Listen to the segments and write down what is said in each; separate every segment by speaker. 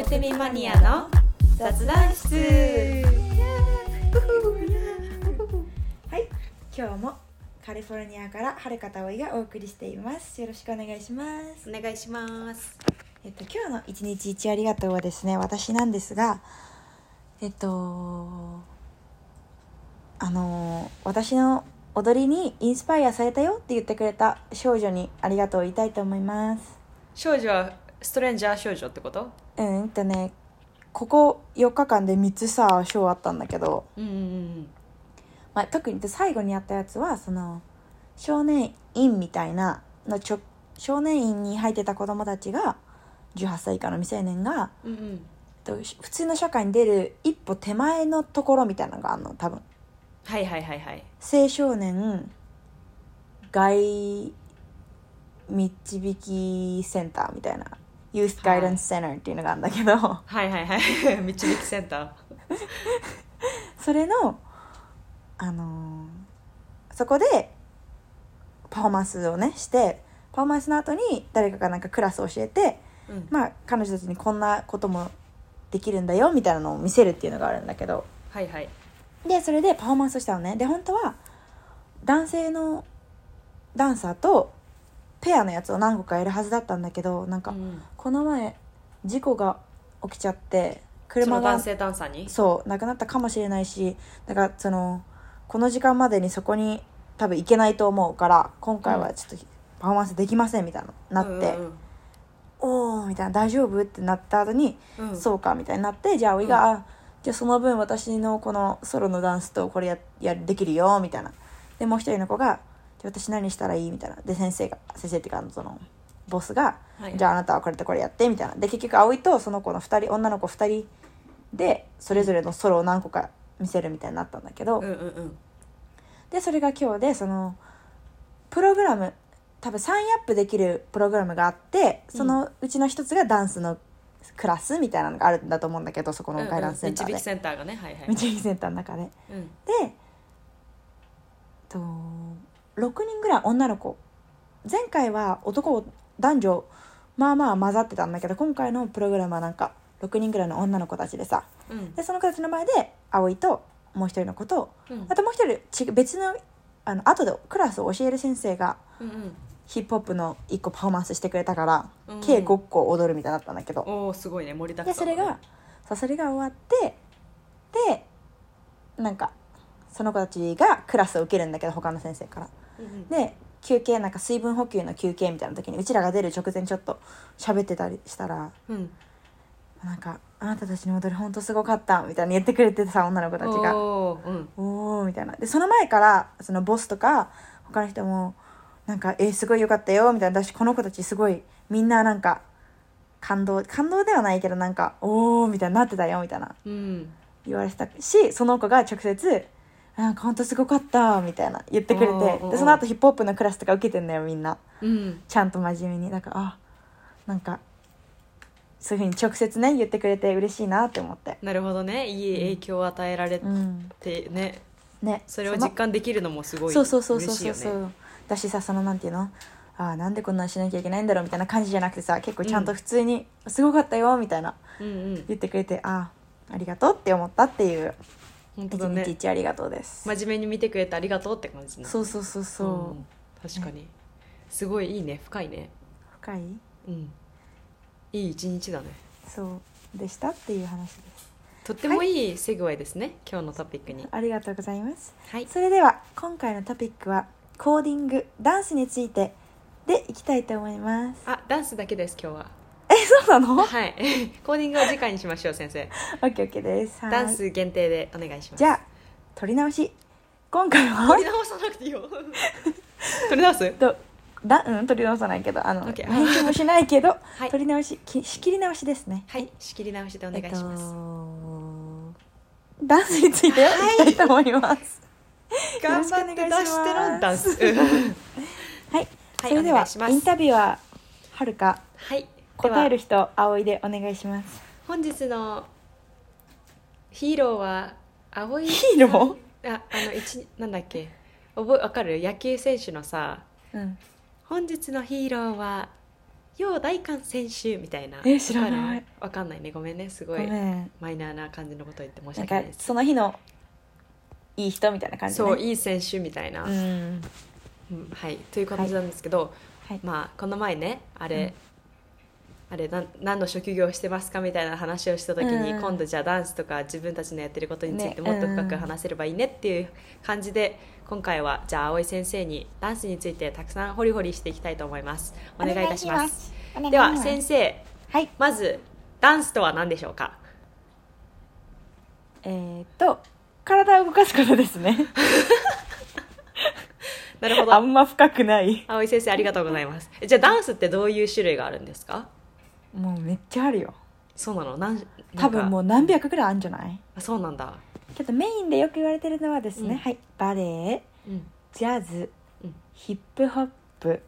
Speaker 1: ってみマニアの雑談室
Speaker 2: はい、今日もカリフォルニアからはるかたおいがお送りしています。よろしくお願いします。
Speaker 1: お願いします
Speaker 2: えっと今日の一日一ありがとうはですね、私なんですが、えっとあの私の踊りにインスパイアされたよって言ってくれた少女にありがとうを言いたいと思います。
Speaker 1: 少女はストレンジャー少女ってこと
Speaker 2: うんうんとね、ここ4日間で3つさショーあったんだけど。
Speaker 1: うんうん
Speaker 2: まあ、特に最後にやったやつはその少年院みたいなのちょ少年院に入ってた子供たちが18歳以下の未成年が
Speaker 1: うんうん
Speaker 2: えっと普通の社会に出る一歩手前のところみたいなのがあるの多分
Speaker 1: はいはいはいはい
Speaker 2: 青少年外導きセンターみたいなユースガイダンスセンターっていうのがあるんだけど、
Speaker 1: はいはいはい 導きセンター
Speaker 2: それのあのーそこでパフォーマンスをねしてパフォーマンスの後に誰かがなんかクラスを教えて
Speaker 1: うん
Speaker 2: まあ彼女たちにこんなこともできるんだよみたいなのを見せるっていうのがあるんだけど
Speaker 1: はいはい
Speaker 2: でそれでパフォーマンスをしたのねで本当は男性のダンサーとペアのやつを何個かやるはずだったんだけどなん
Speaker 1: う
Speaker 2: か
Speaker 1: ん
Speaker 2: この前事故が起きちゃって
Speaker 1: そ
Speaker 2: 車
Speaker 1: の
Speaker 2: が
Speaker 1: 男性ダンサーに
Speaker 2: そう亡くなったかもしれないしだからそのこの時間までにそこに多分行けないと思うから今回はちょっとパフォーマンスできませんみたいななって、
Speaker 1: うん
Speaker 2: おおみたいな大丈夫ってなった後に、
Speaker 1: うんうん
Speaker 2: そうかみたいになってじゃあおいが、あじゃあその分私のこのソロのダンスとこれややできるよみたいなでもう一人の子がじゃあ私何したらいいみたいなで先生が先生っていうかそのボスが
Speaker 1: はい
Speaker 2: じゃああなたはこれとこれやってみたいなで結局葵とその子の2人女の子2人でそれぞれのソロを何個か見せるみたいになったんだけ
Speaker 1: う
Speaker 2: ど、
Speaker 1: んうんうん
Speaker 2: でそれが今日でそのプログラム多分3アップできるプログラムがあってそのうちの一つがダンスのクラスみたいなのがあるんだと思うんだけどそこのガイダンスセンター
Speaker 1: うんうん導
Speaker 2: で、
Speaker 1: きセンターがねはいはい
Speaker 2: 導きセンターの中で。
Speaker 1: うん
Speaker 2: でえっと6人ぐらい女の子前回は男男女まあまあ混ざってたんだけど今回のプログラムはなんか6人ぐらいの女の子たちでさ
Speaker 1: うん
Speaker 2: でその子たちの前で葵ともう一人の子と
Speaker 1: うん
Speaker 2: あともう一人ち別のあの後でクラスを教える先生が
Speaker 1: うんうん
Speaker 2: ヒップホップの1個パフォーマンスしてくれたから、
Speaker 1: うん
Speaker 2: 計5個踊るみたいだったんだけど
Speaker 1: おおすごいね盛りだく
Speaker 2: で
Speaker 1: さ
Speaker 2: そ
Speaker 1: んだ
Speaker 2: れ
Speaker 1: ね
Speaker 2: がそうそれが終わってでなんかその子たちがクラスを受けるんだけど他の先生から。
Speaker 1: うんうん
Speaker 2: で休憩なんか水分補給の休憩みたいな時にうちらが出る直前ちょっと喋ってたりしたら
Speaker 1: うん
Speaker 2: なんか「あなたたちの踊りほんとすごかった」みたいに言ってくれてさ女の子たちが
Speaker 1: おーうん
Speaker 2: おーみたいなでその前からそのボスとか他の人もなんか「えーすごいよかったよ」みたいな私この子たちすごいみんななんか感動感動ではないけどなんか「おお」みたいになってたよみたいな
Speaker 1: うん
Speaker 2: 言われてたしその子が直接「なんかほんとすごかった」みたいな言ってくれ
Speaker 1: おー
Speaker 2: て
Speaker 1: おー
Speaker 2: でその後ヒップホップのクラスとか受けてんだよみんな
Speaker 1: うん
Speaker 2: ちゃんと真面目にだからあなんかそういうふうに直接ね言ってくれて嬉しいなって思って
Speaker 1: なるほどねいい影響を与えられ
Speaker 2: うん
Speaker 1: てね
Speaker 2: ね
Speaker 1: それを実感できるのもすごい
Speaker 2: そ
Speaker 1: 嬉
Speaker 2: うそうそうそう
Speaker 1: しい
Speaker 2: そう
Speaker 1: よ
Speaker 2: そ
Speaker 1: ね
Speaker 2: うだしさそのなんていうのあーなんでこんなんしなきゃいけないんだろうみたいな感じじゃなくてさ結構ちゃんと普通に「すごかったよ」みたいな
Speaker 1: うんうん
Speaker 2: 言ってくれてあーありがとうって思ったっていう
Speaker 1: 本
Speaker 2: 一
Speaker 1: 当だ
Speaker 2: 日
Speaker 1: ね
Speaker 2: 一ありがとうです、
Speaker 1: 真面目に見てくれてありがとうって感じね
Speaker 2: そうそうそうそう、
Speaker 1: ん確かにすごいいいね深いね
Speaker 2: 深い
Speaker 1: うんいい一日だね
Speaker 2: そうでしたっていう話です
Speaker 1: とってもいいセグウェイですね今日のトピックに
Speaker 2: ありがとうございます
Speaker 1: はい
Speaker 2: それでは今回のトピックはコーディングダンスについてでいきたいと思います
Speaker 1: あダンスだけです今日は
Speaker 2: えそうな のオッ
Speaker 1: はいコーディングは次回にしましょう先生
Speaker 2: ケーオッケーですはい
Speaker 1: ダンス限定でお願いします
Speaker 2: じゃあ取り直し今回は
Speaker 1: 取り直さなくていいよ取り直す
Speaker 2: とだうん取り直さないけどあの、
Speaker 1: オッケー
Speaker 2: 編集もしな いけど、
Speaker 1: い
Speaker 2: 取り直しき仕切り直しですね
Speaker 1: はい仕切り直しでお願いし
Speaker 2: え
Speaker 1: ま
Speaker 2: っ
Speaker 1: す、
Speaker 2: とダンスについてや
Speaker 1: はい
Speaker 2: りたいと思います
Speaker 1: 頑張って出してろダンス
Speaker 2: はい、
Speaker 1: はい
Speaker 2: それで
Speaker 1: お願
Speaker 2: はい
Speaker 1: します
Speaker 2: インタビュアーはるか
Speaker 1: はい
Speaker 2: 答える
Speaker 1: では
Speaker 2: 人葵でお願いします
Speaker 1: 本日のヒーローは青い
Speaker 2: ヒーロ
Speaker 1: ああの一なんだっけ覚えわかる野球選手のさ
Speaker 2: うん
Speaker 1: 本日のヒーローはよう大観選手みたいな
Speaker 2: え知らない
Speaker 1: わかるわかんないねごめんねすご
Speaker 2: ご
Speaker 1: い
Speaker 2: めん
Speaker 1: マイナーな感じのこと言って申し
Speaker 2: なん
Speaker 1: 訳
Speaker 2: か
Speaker 1: ないです
Speaker 2: その日のいい人みたいな感じ、ね、
Speaker 1: そういい選手みたいな、
Speaker 2: うん
Speaker 1: うんはいという感じなんですけど、
Speaker 2: はい
Speaker 1: まあこの前ねあれ、あれなん何の職業をしてますかみたいな話をした時に、
Speaker 2: うん
Speaker 1: 今度じゃあダンスとか自分たちのやってることについて
Speaker 2: ね
Speaker 1: もっと深
Speaker 2: うん
Speaker 1: く話せればいいねっていう感じで、今回はじゃあ葵先生にダンスについてたくさんホリホリしていきたいと思いますお願いいたします
Speaker 2: お願いし
Speaker 1: では
Speaker 2: ます
Speaker 1: 先生
Speaker 2: はい
Speaker 1: まずダンスとは何でしょうか
Speaker 2: えー、っと体を動かすことですね
Speaker 1: なるほ
Speaker 2: あ
Speaker 1: ど
Speaker 2: んま深くない
Speaker 1: 葵先生ありがとうございますえじゃあダンスってどういう種類があるんですか
Speaker 2: もうめっちゃあるよ
Speaker 1: そうなのなんなんか
Speaker 2: 多分もう何百ぐらいあるんじゃない
Speaker 1: あそうなんだ
Speaker 2: けどメインでよく言われてるのはですね、
Speaker 1: うん
Speaker 2: はいバレエ
Speaker 1: うん
Speaker 2: ジャズ、
Speaker 1: うん
Speaker 2: ヒップホップ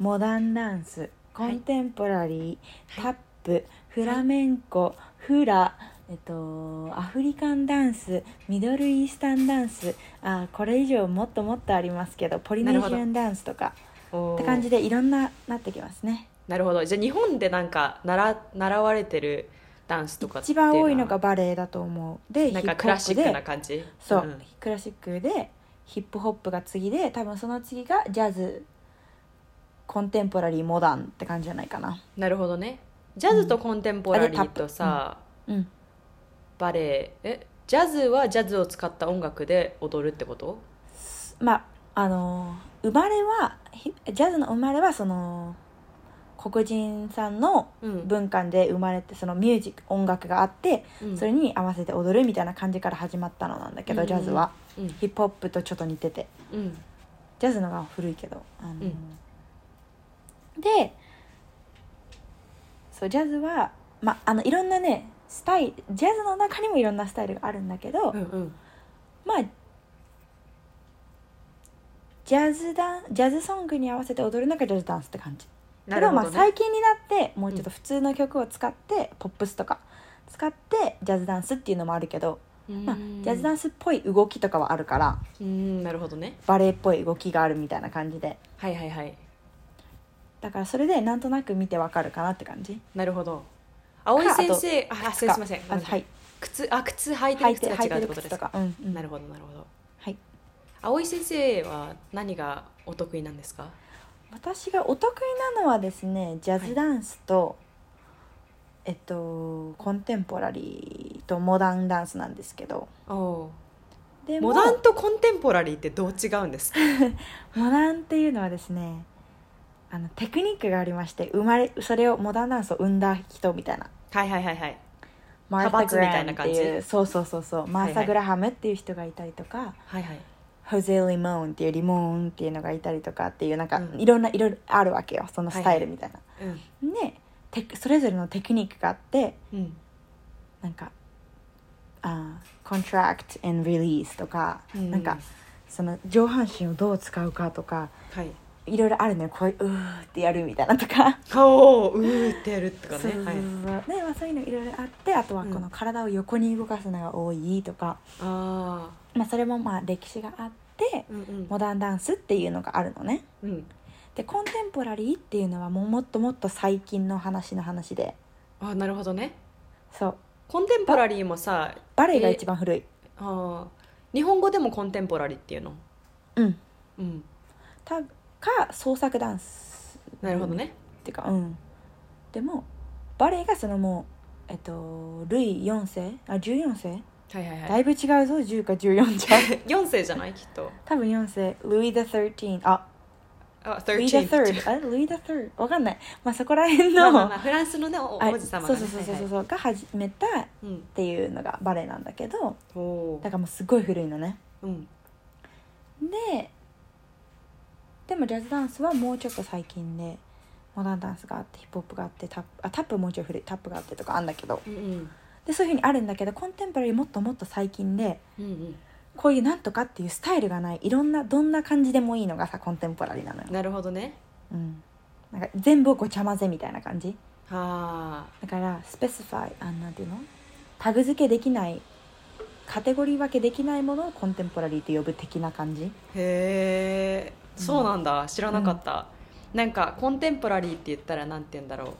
Speaker 2: モダンダンスコンテンポラリー、
Speaker 1: はい
Speaker 2: タップフラメンコ、フラえっと、アフリカンダンスミドルイースタンダンスあーこれ以上もっともっとありますけどポリネ
Speaker 1: な
Speaker 2: シ
Speaker 1: る
Speaker 2: ア
Speaker 1: ほ
Speaker 2: ンダンスとか
Speaker 1: おー
Speaker 2: って感じでいろんななってきますね
Speaker 1: なるほどじゃあ日本でなんか習習われてるダンスとかってい
Speaker 2: 一
Speaker 1: うのは
Speaker 2: 番多いのがバレエだと思うで
Speaker 1: なんか
Speaker 2: ヒップ
Speaker 1: ク
Speaker 2: ホップで
Speaker 1: ラシックな感じ
Speaker 2: そう、
Speaker 1: ん
Speaker 2: クラシックでヒップホップが次で多分その次がジャズコンテンポラリーモダンって感じじゃないかな
Speaker 1: なるほどねジャズとコンテンポラリーとさ、
Speaker 2: うん
Speaker 1: バレエえジャズはジャズを使った音楽で踊るってこと
Speaker 2: まああのー生まれはひジャズの生まれはその黒人さんの
Speaker 1: うん
Speaker 2: 文化で生まれてそのミュージック音楽があって
Speaker 1: うん
Speaker 2: それに合わせて踊るみたいな感じから始まったのなんだけど、
Speaker 1: うん
Speaker 2: ジャズは
Speaker 1: うん
Speaker 2: ヒップホップとちょっと似てて
Speaker 1: うん
Speaker 2: ジャズのが古いけど、あのー
Speaker 1: うん
Speaker 2: でそうジャズは、ま、あのいろんなねスタイルジャズの中にもいろんなスタイルがあるんだけど、
Speaker 1: うんうん
Speaker 2: まあジャズダンジャズソングに合わせて踊るのがジャズダンスって感じ、
Speaker 1: な
Speaker 2: け
Speaker 1: る
Speaker 2: ど
Speaker 1: ほ
Speaker 2: ま
Speaker 1: ど、
Speaker 2: あ
Speaker 1: ね、
Speaker 2: 最近になってもうちょっと普通の曲を使って、ポップスとか使ってジャズダンスっていうのもあるけど、まあ、ジャズダ
Speaker 1: ン
Speaker 2: ンスっぽい動きとかはあるから
Speaker 1: スうんなるほどね
Speaker 2: バレエっぽい動きがあるみたいな感じで
Speaker 1: はいはいはい
Speaker 2: だからそれでなんとなく見てわかるかなって感じ
Speaker 1: なるほど葵先生ああすいません
Speaker 2: あはい
Speaker 1: 靴あ靴履いて
Speaker 2: 履
Speaker 1: る
Speaker 2: い
Speaker 1: 靴が
Speaker 2: て履
Speaker 1: 違
Speaker 2: い
Speaker 1: う
Speaker 2: て
Speaker 1: って
Speaker 2: る
Speaker 1: ことで
Speaker 2: 靴
Speaker 1: す
Speaker 2: と
Speaker 1: か
Speaker 2: かうん、うん、
Speaker 1: なるほどなるほど
Speaker 2: はい
Speaker 1: 葵先生は何がお得意なんですか
Speaker 2: 私がお得意なのはですねジャズダンスと、えっとコンテンポラリーとモダンダンスなんですけど
Speaker 1: お
Speaker 2: でも
Speaker 1: モダンとコンテンポラリーってどう違うんですか
Speaker 2: モダンっていうのはですねあのテクニックがありまして生まれそれをモダンダンスを生んだ人みたいな
Speaker 1: はいはいはいはい
Speaker 2: マーサ・
Speaker 1: 派閥
Speaker 2: グ
Speaker 1: み
Speaker 2: ラ
Speaker 1: たい
Speaker 2: ハム
Speaker 1: な
Speaker 2: って
Speaker 1: 感じ
Speaker 2: いうそうそうそうそうマー
Speaker 1: はいは
Speaker 2: サ・
Speaker 1: い
Speaker 2: グラハムっていう人がいたりとか、
Speaker 1: はいはい
Speaker 2: ホゼ・リモーンっていうリモーンっていうのがいたりとかっていうなんか、
Speaker 1: うん
Speaker 2: いろんないろいろあるわけよそのスタイルみたいな。
Speaker 1: うん
Speaker 2: でテクそれぞれのテクニックがあって
Speaker 1: うん
Speaker 2: なんかあー contract and release とか、
Speaker 1: うん
Speaker 2: なんかその上半身をどう使うかとか
Speaker 1: はい
Speaker 2: いろいろあるのよこういううーってやるみたいなとか。
Speaker 1: 顔をうーってやるとか
Speaker 2: そう
Speaker 1: ね
Speaker 2: そうそう
Speaker 1: はい
Speaker 2: そうでまあ、そういうのいろいろあってあとはこ
Speaker 1: う
Speaker 2: の
Speaker 1: ん
Speaker 2: 体を横に動かすのが多いとか、
Speaker 1: あ
Speaker 2: まあ、それもまあ歴史があって
Speaker 1: ーうんうん
Speaker 2: モダンダンスっていうのがあるのね。
Speaker 1: うん
Speaker 2: でコンテンポラリーっていうのはもうもっともっと最近の話の話で
Speaker 1: あなるほどね
Speaker 2: そう
Speaker 1: コンテンポラリーもさ
Speaker 2: バレエが一番古い、
Speaker 1: あー日本語でもコンテンポラリーっていうの
Speaker 2: うん
Speaker 1: うん
Speaker 2: たか創作ダンス
Speaker 1: なるほどね
Speaker 2: っていうかうんでもバレエがそのもうえっとルイ4世あ14世
Speaker 1: はいはいは
Speaker 2: だ
Speaker 1: い
Speaker 2: いぶ違うぞ10か14じゃ
Speaker 1: 4世じゃないきっと
Speaker 2: 多分4世ルイ・ザ・13あ
Speaker 1: あ
Speaker 2: ルイ・ザ・
Speaker 1: 13
Speaker 2: 3あルイ・ザ・3わかんないまあそこら辺
Speaker 1: まあ
Speaker 2: の、
Speaker 1: まあまあフランスのねお
Speaker 2: あ
Speaker 1: 王子様
Speaker 2: そ
Speaker 1: が
Speaker 2: う
Speaker 1: ね
Speaker 2: そうそうそうそう、
Speaker 1: はいはい
Speaker 2: が始めたっ
Speaker 1: うん
Speaker 2: ていうのがバレエなんだけど
Speaker 1: お
Speaker 2: だ
Speaker 1: ー
Speaker 2: からもうすごい古いのね
Speaker 1: うん
Speaker 2: ででもジャズダンスはもうちょっと最近でモダンダンスがあってヒップホップがあってタップあタップもうちょい古いタップがあってとかあんだけど
Speaker 1: うんうん
Speaker 2: でそういうふうにあるんだけどコンテンポラリーもっともっと最近で
Speaker 1: うんうん
Speaker 2: こういうなんとかっていうスタイルがないいろんなどんな感じでもいいのがさコンテンポラリーなのよ、
Speaker 1: なるほどね
Speaker 2: うん、なんか全部をごちゃ混ぜみたいな感じ
Speaker 1: はあ
Speaker 2: だからスペシファイあなんていうのタグ付けできないカテゴリー分けできないものをコンテンポラリーと呼ぶ的な感じ
Speaker 1: へえそうなんだ、知らなかった、なんかコンテンポラリーって言ったらなんて言うんだろ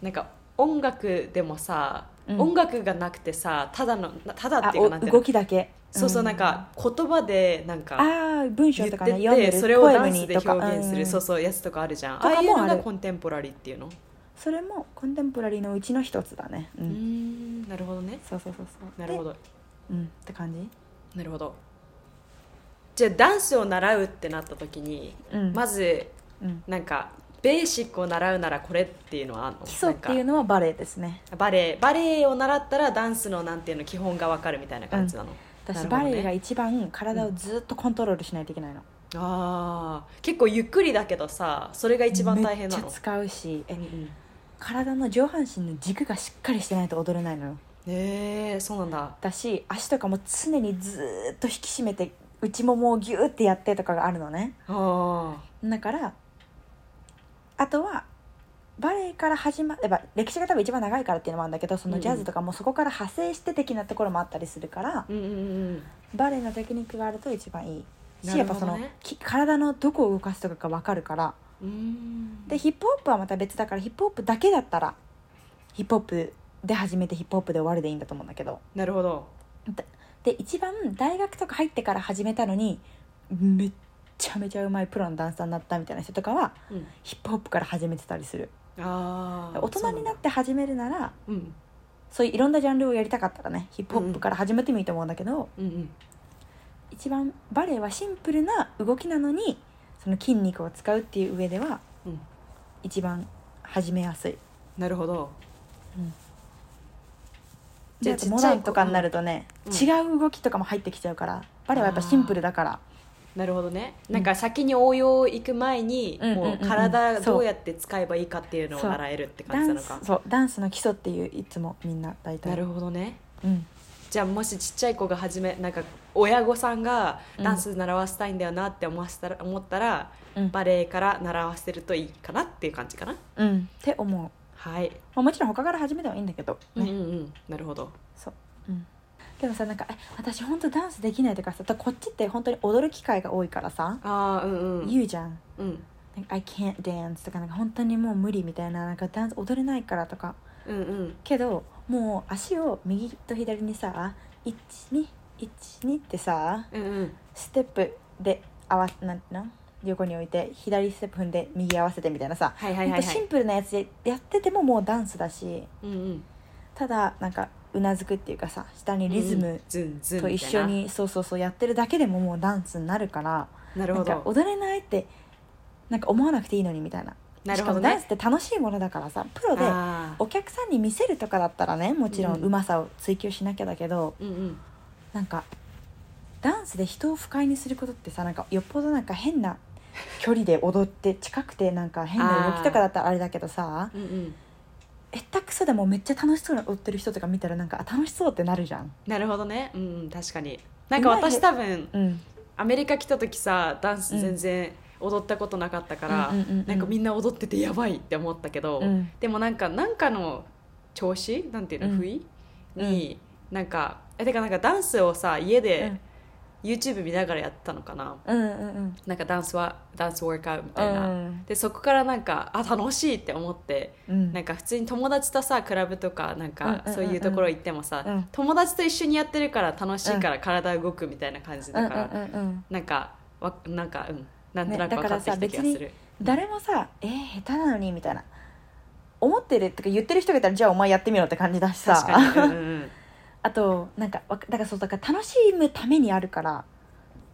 Speaker 1: うなんか音楽でもさ、
Speaker 2: うん
Speaker 1: 音楽がなくてさただのただ
Speaker 2: あ
Speaker 1: っていう
Speaker 2: お
Speaker 1: かなんていう
Speaker 2: 動
Speaker 1: の
Speaker 2: きだけ
Speaker 1: そうそうなんか言葉でなん
Speaker 2: ああ
Speaker 1: か
Speaker 2: ー文
Speaker 1: 言
Speaker 2: 章
Speaker 1: っ
Speaker 2: と
Speaker 1: て
Speaker 2: かね読んで
Speaker 1: て
Speaker 2: る
Speaker 1: それを
Speaker 2: ポエ
Speaker 1: ダ
Speaker 2: ム
Speaker 1: ンス
Speaker 2: に
Speaker 1: で
Speaker 2: とか
Speaker 1: 表現する
Speaker 2: うん
Speaker 1: そうそうやつとかあるじゃん
Speaker 2: と
Speaker 1: ああ
Speaker 2: かも
Speaker 1: いうの
Speaker 2: あ
Speaker 1: が
Speaker 2: る
Speaker 1: コンテンポラリーっていうの
Speaker 2: それもコンテンポラリーのうちの一つだねう、
Speaker 1: うんーんなるほどね
Speaker 2: そうそうそうそう
Speaker 1: なるほ
Speaker 2: ど
Speaker 1: ど
Speaker 2: うんって感じ
Speaker 1: なるほどじゃあダンスを習うってなった時に、
Speaker 2: うん
Speaker 1: まず
Speaker 2: うん、
Speaker 1: なんかベーシックを習うならこれっていうのはあるの
Speaker 2: 基礎っていう
Speaker 1: なん
Speaker 2: のはバレエですね
Speaker 1: かバレエバレエを習ったらダンスのなんていうの基本がわかるみたいな感じなの、な
Speaker 2: 私
Speaker 1: るほど
Speaker 2: バ
Speaker 1: ね
Speaker 2: レエが一番体をずっとコントロールしないといけないの
Speaker 1: あー結構ゆっくりだけどさそれが一番大変な
Speaker 2: めっ
Speaker 1: の
Speaker 2: ちゃ使うしえ
Speaker 1: うんうん
Speaker 2: 体の上半身の軸がしっかりしてないと踊れないのよ
Speaker 1: えー、そうなんだ
Speaker 2: だし足とかも常にずーっと引き締めて内ももをギューってやってとかがあるのね
Speaker 1: あー
Speaker 2: だからあとはバレエから始まれば歴史が多分一番長いからっていうのもあるんだけどそ
Speaker 1: うんう
Speaker 2: の
Speaker 1: ん
Speaker 2: ジャズとかもそこから派生して的なところもあったりするから、
Speaker 1: うんうんうん
Speaker 2: バレエのテクニックがあると一番いいし、
Speaker 1: なる
Speaker 2: やっぱ
Speaker 1: ほ
Speaker 2: そ
Speaker 1: どね
Speaker 2: のき体のどこを動かすとかが分かるから
Speaker 1: うーん
Speaker 2: でヒップホップはまた別だからヒップホップだけだったらヒップホップで始めてヒップホップで終わるでいいんだと思うんだけど
Speaker 1: なるほど
Speaker 2: で一番大学とか入ってから始めたのにめっちゃめちゃうまいプロのダンサーになったみたいな人とかは
Speaker 1: うん
Speaker 2: ヒップホップから始めてたりする
Speaker 1: ああ
Speaker 2: 大人になって始めるなら
Speaker 1: うん
Speaker 2: そういういろんなジャンルをやりたかったらねヒップホップから始めてもいいと思うんだけど、
Speaker 1: うんうん
Speaker 2: 一番バレエはシンプルな動きなのにその筋肉を使うっていう上では
Speaker 1: うん
Speaker 2: 一番始めやすい
Speaker 1: なるほどじゃ
Speaker 2: じゃ
Speaker 1: あ
Speaker 2: あとモダンとかになるとね、
Speaker 1: うん
Speaker 2: 違う動きとかも入ってきちゃうからバレエはやっぱシンプルだから
Speaker 1: なるほどねなんか先に応用行く前に、
Speaker 2: うん
Speaker 1: も
Speaker 2: うんうんう
Speaker 1: うん体
Speaker 2: そう
Speaker 1: どうやって使えばいいかっていうのを
Speaker 2: そう
Speaker 1: 習えるって
Speaker 2: ダ
Speaker 1: 感じな
Speaker 2: ン
Speaker 1: の
Speaker 2: ス
Speaker 1: か
Speaker 2: そうダンスの基礎っていういつもみんな大体
Speaker 1: なるほどね
Speaker 2: うん
Speaker 1: じゃあもしちっちゃい子が始めなんか親御さんが
Speaker 2: うん
Speaker 1: ダンス習わせたいんだよなって思わせたら、思ったら
Speaker 2: うん、
Speaker 1: バレエから習わせるといいかなっていう感じかな
Speaker 2: うん、って思う、ま
Speaker 1: はい、
Speaker 2: あ、もちろん他から始めてもいいんだけど、
Speaker 1: うん
Speaker 2: ね
Speaker 1: うんうんなるほど
Speaker 2: そう、うん、でもさなんかえ私本当ダンスできないとかさこっちって本当に踊る機会が多いからさ、
Speaker 1: ああうんうん
Speaker 2: 言うじゃん
Speaker 1: うん
Speaker 2: 「なんか I can't dance」とかなんか本当にもう無理みたいななんかダンス踊れないからとか
Speaker 1: うんうん
Speaker 2: けどもう足を右と左にさ1212ってさ
Speaker 1: うんうん
Speaker 2: ステップで合わなんていうの横に置いて左ステップ踏んで右合わせてみたいなさ、
Speaker 1: はいはいは
Speaker 2: ほん
Speaker 1: い
Speaker 2: と
Speaker 1: は
Speaker 2: シ
Speaker 1: い
Speaker 2: ンプルなやつでやっててももうダンスだし
Speaker 1: うんうん
Speaker 2: ただなんかうなずくっていうかさ下にリズ
Speaker 1: うんう
Speaker 2: ム
Speaker 1: んズンズン
Speaker 2: と
Speaker 1: み
Speaker 2: 一
Speaker 1: たいな
Speaker 2: 緒にそうそうそうやってるだけでももうダンスになるから
Speaker 1: なる
Speaker 2: な
Speaker 1: ほ
Speaker 2: んか
Speaker 1: ど
Speaker 2: 踊れないってなんか思わなくていいのにみたいな
Speaker 1: なる
Speaker 2: しか
Speaker 1: ほど
Speaker 2: もダン
Speaker 1: ね
Speaker 2: スって楽しいものだからさプロで
Speaker 1: あー
Speaker 2: お客さんに見せるとかだったらねもちろ
Speaker 1: うんん
Speaker 2: うまさを追求しなきゃだけど、
Speaker 1: うんうん
Speaker 2: なんかダンスで人を不快にすることってさなんかよっぽどなんか 変な距離で踊って近くてなんか変な動きとかだったらあれだけどさ
Speaker 1: うんうん
Speaker 2: えったくそでもめっちゃ楽しそうに踊ってる人とか見たらなんかあ楽しそうってなるじゃん。
Speaker 1: なるほどねうんうん確かになんか私多分
Speaker 2: うん、
Speaker 1: アメリカ来た時さダンス全然踊ったことなかったから、
Speaker 2: うんうんうんうん
Speaker 1: なんかみんな踊っててやばいって思ったけど、
Speaker 2: うん
Speaker 1: でもなんかなんかの調子なんていうの、
Speaker 2: うん
Speaker 1: 不意に、なんかえてかなんかダンスをさ家で YouTube 見ながらやったのかな、
Speaker 2: うんうんうん
Speaker 1: なんかダンスはダンスワークアウトみ
Speaker 2: う
Speaker 1: たいな、
Speaker 2: ん
Speaker 1: でそこからなんかあ楽しいって思って
Speaker 2: うん
Speaker 1: なんか普通に友達とさクラブとかなん
Speaker 2: うんうん
Speaker 1: か
Speaker 2: うんうん
Speaker 1: そういうところ行ってもさ、
Speaker 2: うん
Speaker 1: 友達と一緒にやってるから楽しいから体動くみたいな感じだから、
Speaker 2: うんうんうんうん
Speaker 1: なんかわなんかうんなんとなく
Speaker 2: ね
Speaker 1: 分かってきた気がする、
Speaker 2: 誰もさ「えー、下手なのに」みたいな思ってるとか言ってる人がいたらじゃあお前やってみろって感じだしさ
Speaker 1: 確かに、うんうんうん、
Speaker 2: あとなんかわかだからそうだから楽しむためにあるから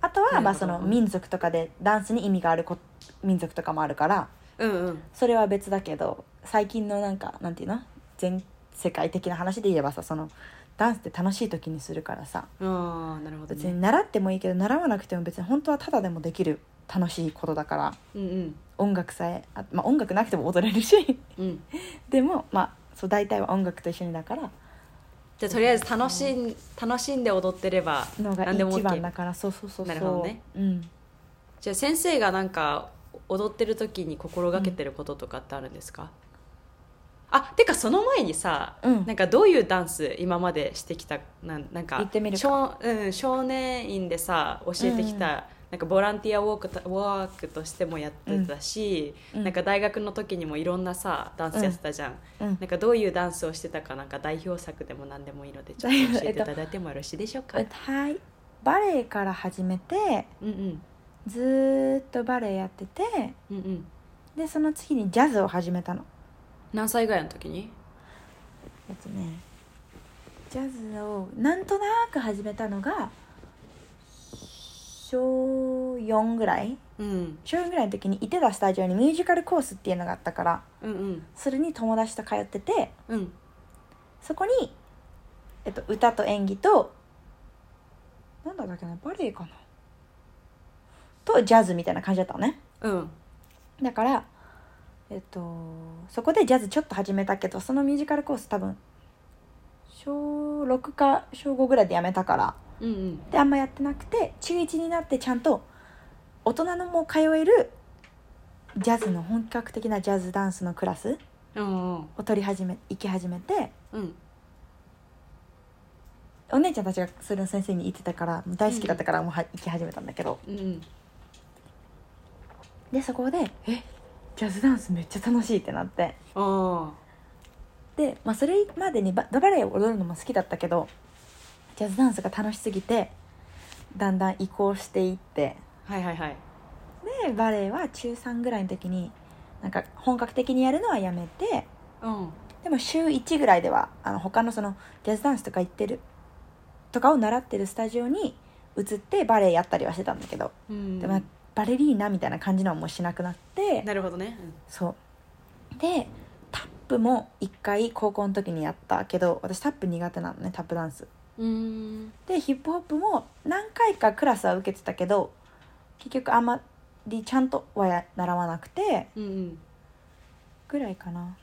Speaker 2: あと
Speaker 1: な
Speaker 2: は
Speaker 1: るほど
Speaker 2: まあその
Speaker 1: うん
Speaker 2: 民族とかでダンスに意味があるこ民族とかもあるから
Speaker 1: うんうん
Speaker 2: それは別だけど最近のなんかなんていうの全世界的な話で言えばさそのダンスって楽しい時にするからさ
Speaker 1: ああなるほど
Speaker 2: 別に
Speaker 1: ね
Speaker 2: 習ってもいいけど習わなくても別に本当はただでもできる楽しいことだから
Speaker 1: うんうん
Speaker 2: 音楽さえあ、まあ、音楽なくても踊れるし
Speaker 1: うん
Speaker 2: でもまあそう大体は音楽と一緒にだから
Speaker 1: じゃあとりあえず楽しん楽しんで踊ってれば
Speaker 2: のが
Speaker 1: 何でも
Speaker 2: 一番
Speaker 1: OK
Speaker 2: だからそうそうそうそう
Speaker 1: なるほどね
Speaker 2: うん
Speaker 1: じゃあ先生がなんか踊ってる時に心がけてることとかってあるんですか、あてかその前にさ、
Speaker 2: うん
Speaker 1: なんかどういうダンス今までしてきたなんなんか
Speaker 2: 言ってみるか
Speaker 1: 少,、うん、少年院でさ教えてきたなんかボランティアウォークとワークとしてもやってたし、
Speaker 2: うん
Speaker 1: なんか大学の時にもいろんなさダンスやってたじゃん、
Speaker 2: うん
Speaker 1: なんかどういうダンスをしてたかなんか代表作でも何でもいいのでちょっと教えていただいてもよろしいでしょうか、
Speaker 2: はいバレエから始めて
Speaker 1: うんうん
Speaker 2: ずーっとバレエやってて
Speaker 1: うんうん
Speaker 2: でその次にジャズを始めたの
Speaker 1: 何歳ぐらいの時に
Speaker 2: えっとねジャズをなんとなく始めたのが小4ぐらい
Speaker 1: うん
Speaker 2: 小4ぐらいの時にいてたスタジオにミュージカルコースっていうのがあったから
Speaker 1: うんうん
Speaker 2: それに友達と通ってて
Speaker 1: うん
Speaker 2: そこに、えっと、歌と演技となんだったっけなバレエかなとジャズみたいな感じだったのね
Speaker 1: うん
Speaker 2: だからえっとそこでジャズちょっと始めたけどそのミュージカルコース多分小6か小5ぐらいでやめたから
Speaker 1: うんうん
Speaker 2: であんまやってなくて中1になってちゃんと大人のも通えるジャズの本格的なジャズダンスのクラス
Speaker 1: うん
Speaker 2: を取り始め行き始めて
Speaker 1: うん
Speaker 2: お姉ちゃんたちがそれの先生に言ってたからもう大好きだったからもうは行き始めたんだけど
Speaker 1: うん
Speaker 2: でそこで「えジャズダンスめっちゃ楽しい」ってなって
Speaker 1: あ
Speaker 2: で、まあ、それまでにババレエを踊るのも好きだったけどジャズダンスが楽しすぎてだんだん移行していって
Speaker 1: あはいはいはい
Speaker 2: でバレエは中3ぐらいの時になんか本格的にやるのはやめて
Speaker 1: うん
Speaker 2: でも週1ぐらいではあの他のそのジャズダンスとか行ってるとかを習ってるスタジオに移ってバレエやったりはしてたんだけど、
Speaker 1: うん
Speaker 2: でまあバレリーナみたいな感じのはもうしなくなって
Speaker 1: なるほどね
Speaker 2: そうでタップも一回高校の時にやったけど私タップ苦手なのねタップダンス
Speaker 1: うん
Speaker 2: でヒップホップも何回かクラスは受けてたけど結局あんまりちゃんとはや習わなくて
Speaker 1: うんうん
Speaker 2: ぐらいかな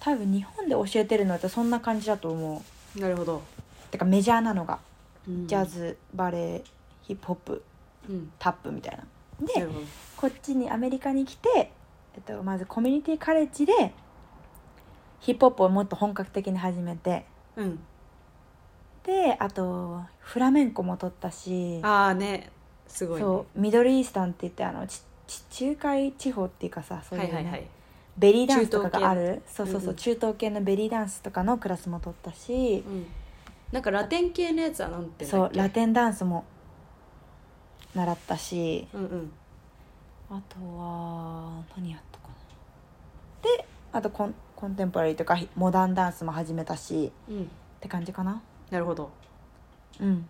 Speaker 2: 多分日本で教えてるのってそんな感じだと思う
Speaker 1: なるほど、
Speaker 2: てかメジャーなのが
Speaker 1: うん
Speaker 2: ジャズバレエヒップホップ
Speaker 1: うん
Speaker 2: タップみたいな
Speaker 1: な
Speaker 2: で
Speaker 1: るほど
Speaker 2: こっちにアメリカに来て、えっと、まずコミュニティカレッジでヒップホップをもっと本格的に始めて
Speaker 1: うん
Speaker 2: であとフラメンコも取ったし
Speaker 1: ああねすごいね
Speaker 2: そうミドルイースタンって言ってあのちち地中海地方っていうかさそういう、
Speaker 1: は
Speaker 2: ね
Speaker 1: いはいはい
Speaker 2: ベリーダンスとかがあるそうそう
Speaker 1: う
Speaker 2: そう、
Speaker 1: んうん
Speaker 2: 中東系のベリーダンスとかのクラスも取ったし
Speaker 1: う、んなんかラテン系のやつはなんて
Speaker 2: そうラ
Speaker 1: ン
Speaker 2: テンダンスも習ったし
Speaker 1: うんうん
Speaker 2: あとは何やったかなであとコンコンテンポラリーとかモダンダンスも始めたし
Speaker 1: うん
Speaker 2: って感じかな
Speaker 1: なるほど
Speaker 2: うん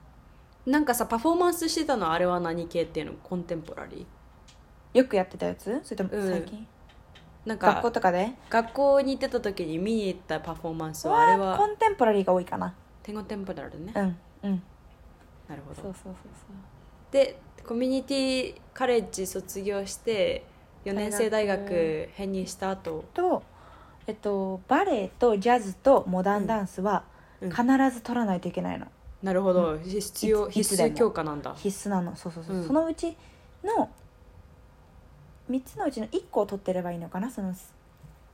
Speaker 1: なんかさパフォーマンスしてたのあれは何系っていうのコンテンポラリー
Speaker 2: よくやってたやつそれとも
Speaker 1: うん
Speaker 2: 最近、
Speaker 1: なんか学
Speaker 2: 学校
Speaker 1: 校
Speaker 2: とかで
Speaker 1: に行ってた時に見に行ったパフォーマンスはあ
Speaker 2: は
Speaker 1: れ
Speaker 2: コ
Speaker 1: は
Speaker 2: ンテンポラリーが多いかな
Speaker 1: テンコンテンポラリーね
Speaker 2: うんうん
Speaker 1: なるほ
Speaker 2: そうそう
Speaker 1: ど
Speaker 2: そう
Speaker 1: でコミュニティカレッジ卒業して4年生大学編入した後
Speaker 2: そうとえっとバレエとジャズとモダンダンスは
Speaker 1: うんうん
Speaker 2: 必ず取らないといけないの、
Speaker 1: なるほど必要
Speaker 2: いつい
Speaker 1: 必
Speaker 2: つでも
Speaker 1: 須強化なんだ
Speaker 2: 必須なのそうそうそう、
Speaker 1: うん
Speaker 2: そのうちの3つのうちの1個を取ってればいいのかなそのク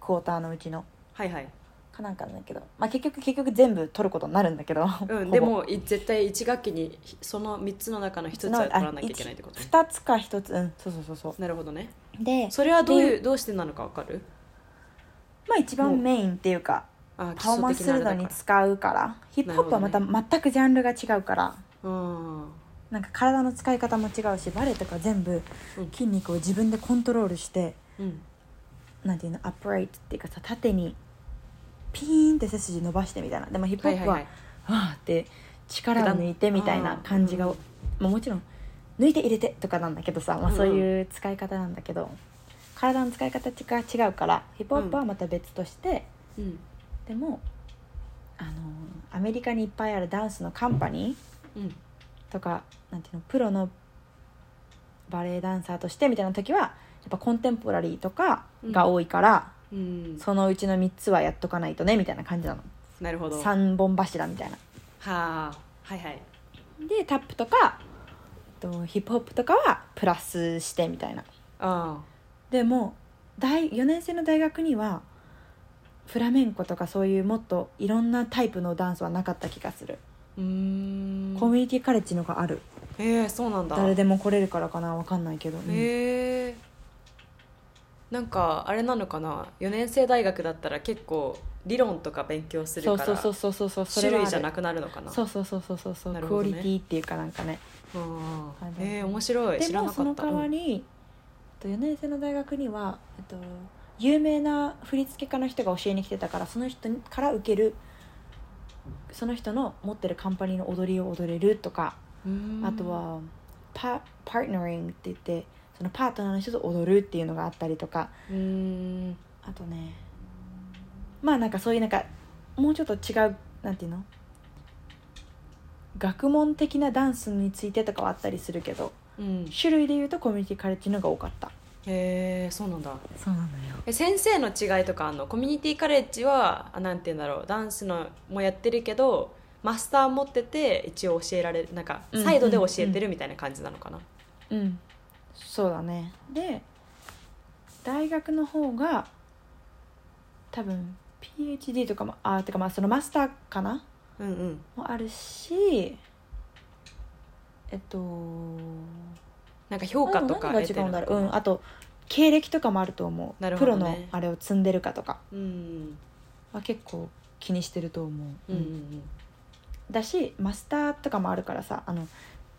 Speaker 2: ォーターのうちの
Speaker 1: はいはい
Speaker 2: かなんかなんだけど、まあ、結局結局全部取ることになるんだけど、
Speaker 1: う
Speaker 2: ほ
Speaker 1: ん、
Speaker 2: ぼ
Speaker 1: でもい絶対1学期にひその3つの中の1つ
Speaker 2: の
Speaker 1: は取
Speaker 2: あ
Speaker 1: らなきゃいけないってことね
Speaker 2: 2つか1つうんそうそうそうそ
Speaker 1: なるほどね
Speaker 2: うで
Speaker 1: それはどう
Speaker 2: って
Speaker 1: いうどうしてなのかわかる
Speaker 2: まあ一番メインっていうか
Speaker 1: あ
Speaker 2: パフォーマンスするのに使うからヒップホップはまた全くジャンルが違うから
Speaker 1: うん
Speaker 2: なんか体の使い方も違うしバレエとか全部
Speaker 1: うん
Speaker 2: 筋肉を自分でコントロールして、
Speaker 1: うん
Speaker 2: なんていうのアップライトっていうかさ縦にピーンって背筋伸ばしてみたいなでもヒップ
Speaker 1: はい
Speaker 2: ホッ
Speaker 1: は
Speaker 2: プ
Speaker 1: い
Speaker 2: は,、
Speaker 1: はい
Speaker 2: わーって力を抜いてみたいな感じが、
Speaker 1: あーうん
Speaker 2: まあ、もちろん抜いて入れてとかなんだけどさ、まあ、そういう使い方なんだけど、体の使い方が違うからヒップホップはまた別として、
Speaker 1: うん
Speaker 2: でもあのーアメリカにいっぱいあるダンスのカンパニ
Speaker 1: うん
Speaker 2: ーとかなんていうのプロのバレエダンサーとしてみたいな時はやっぱコンテンポラリーとかが多いから、
Speaker 1: うん
Speaker 2: そのうちの3つはやっとかないとねみたいな感じなの
Speaker 1: なるほどは
Speaker 2: 3本柱みたいな
Speaker 1: あはいはい
Speaker 2: でタップとかえっとヒップホップとかはプラスしてみたいな
Speaker 1: あ
Speaker 2: でも大4年生の大学にはフラメンコとかそういうもっといろんなタイプのダンスはなかった気がする、
Speaker 1: ーうーん
Speaker 2: コミュニティカレッジのがある
Speaker 1: えー、そうなんだ
Speaker 2: 誰でも来れるからかなわかんないけど、うん
Speaker 1: へえなんかあれなのかな4年生大学だったら結構理論とか勉強す
Speaker 2: そ
Speaker 1: る
Speaker 2: う
Speaker 1: か
Speaker 2: そう
Speaker 1: ら
Speaker 2: そうそうそうそうそ
Speaker 1: 種
Speaker 2: れはあ
Speaker 1: 類
Speaker 2: る
Speaker 1: じゃなくなるのかな
Speaker 2: そうそうそうそうそうそう、
Speaker 1: なる
Speaker 2: ク
Speaker 1: ほ
Speaker 2: オ
Speaker 1: どね
Speaker 2: リティっていうかなんかね
Speaker 1: あ
Speaker 2: あの
Speaker 1: ーえー、面白い
Speaker 2: で
Speaker 1: 知ら
Speaker 2: も
Speaker 1: な
Speaker 2: そ
Speaker 1: か
Speaker 2: の
Speaker 1: った
Speaker 2: 代わり、えっと4年生の大学には、えっと、有名な振付家の人が教えに来てたからその人から受けるその人の持ってるカンパニーの踊りを踊れるとか、
Speaker 1: うん
Speaker 2: あとはパパートナリングって言ってそのパートナーの人と踊るっていうのがあったりとか
Speaker 1: うん
Speaker 2: あとねまあなんかそういうなんかもうちょっと違うなんていうの学問的なダンスについてとかはあったりするけど
Speaker 1: うん
Speaker 2: 種類でいうとコミュニティカレッジのが多かった
Speaker 1: へえそうなんだ
Speaker 2: そうなのよ
Speaker 1: え先生の違いとかあんのコミュニティカレッジはあなんて言うんだろうダンスのもやってるけどマスター持ってて一応教えられるなんか
Speaker 2: うん
Speaker 1: サイドで教えてるみたいな感じなのかな、
Speaker 2: うんそうだねで大学の方が多分 PhD とかもあてかまあそのマスターかな
Speaker 1: うん、うん
Speaker 2: もあるしえっと
Speaker 1: なんか評価と
Speaker 2: あ
Speaker 1: か
Speaker 2: で
Speaker 1: 得
Speaker 2: も何
Speaker 1: て
Speaker 2: が違う
Speaker 1: る
Speaker 2: ん
Speaker 1: の
Speaker 2: だ
Speaker 1: か
Speaker 2: ろううんあと経歴とかもあると思う
Speaker 1: なる
Speaker 2: プ
Speaker 1: ほ
Speaker 2: ロ
Speaker 1: どね
Speaker 2: のあれを積んでるかとか
Speaker 1: うん
Speaker 2: は結構気にしてると思う、
Speaker 1: うんうん
Speaker 2: だしマスターとかもあるからさあの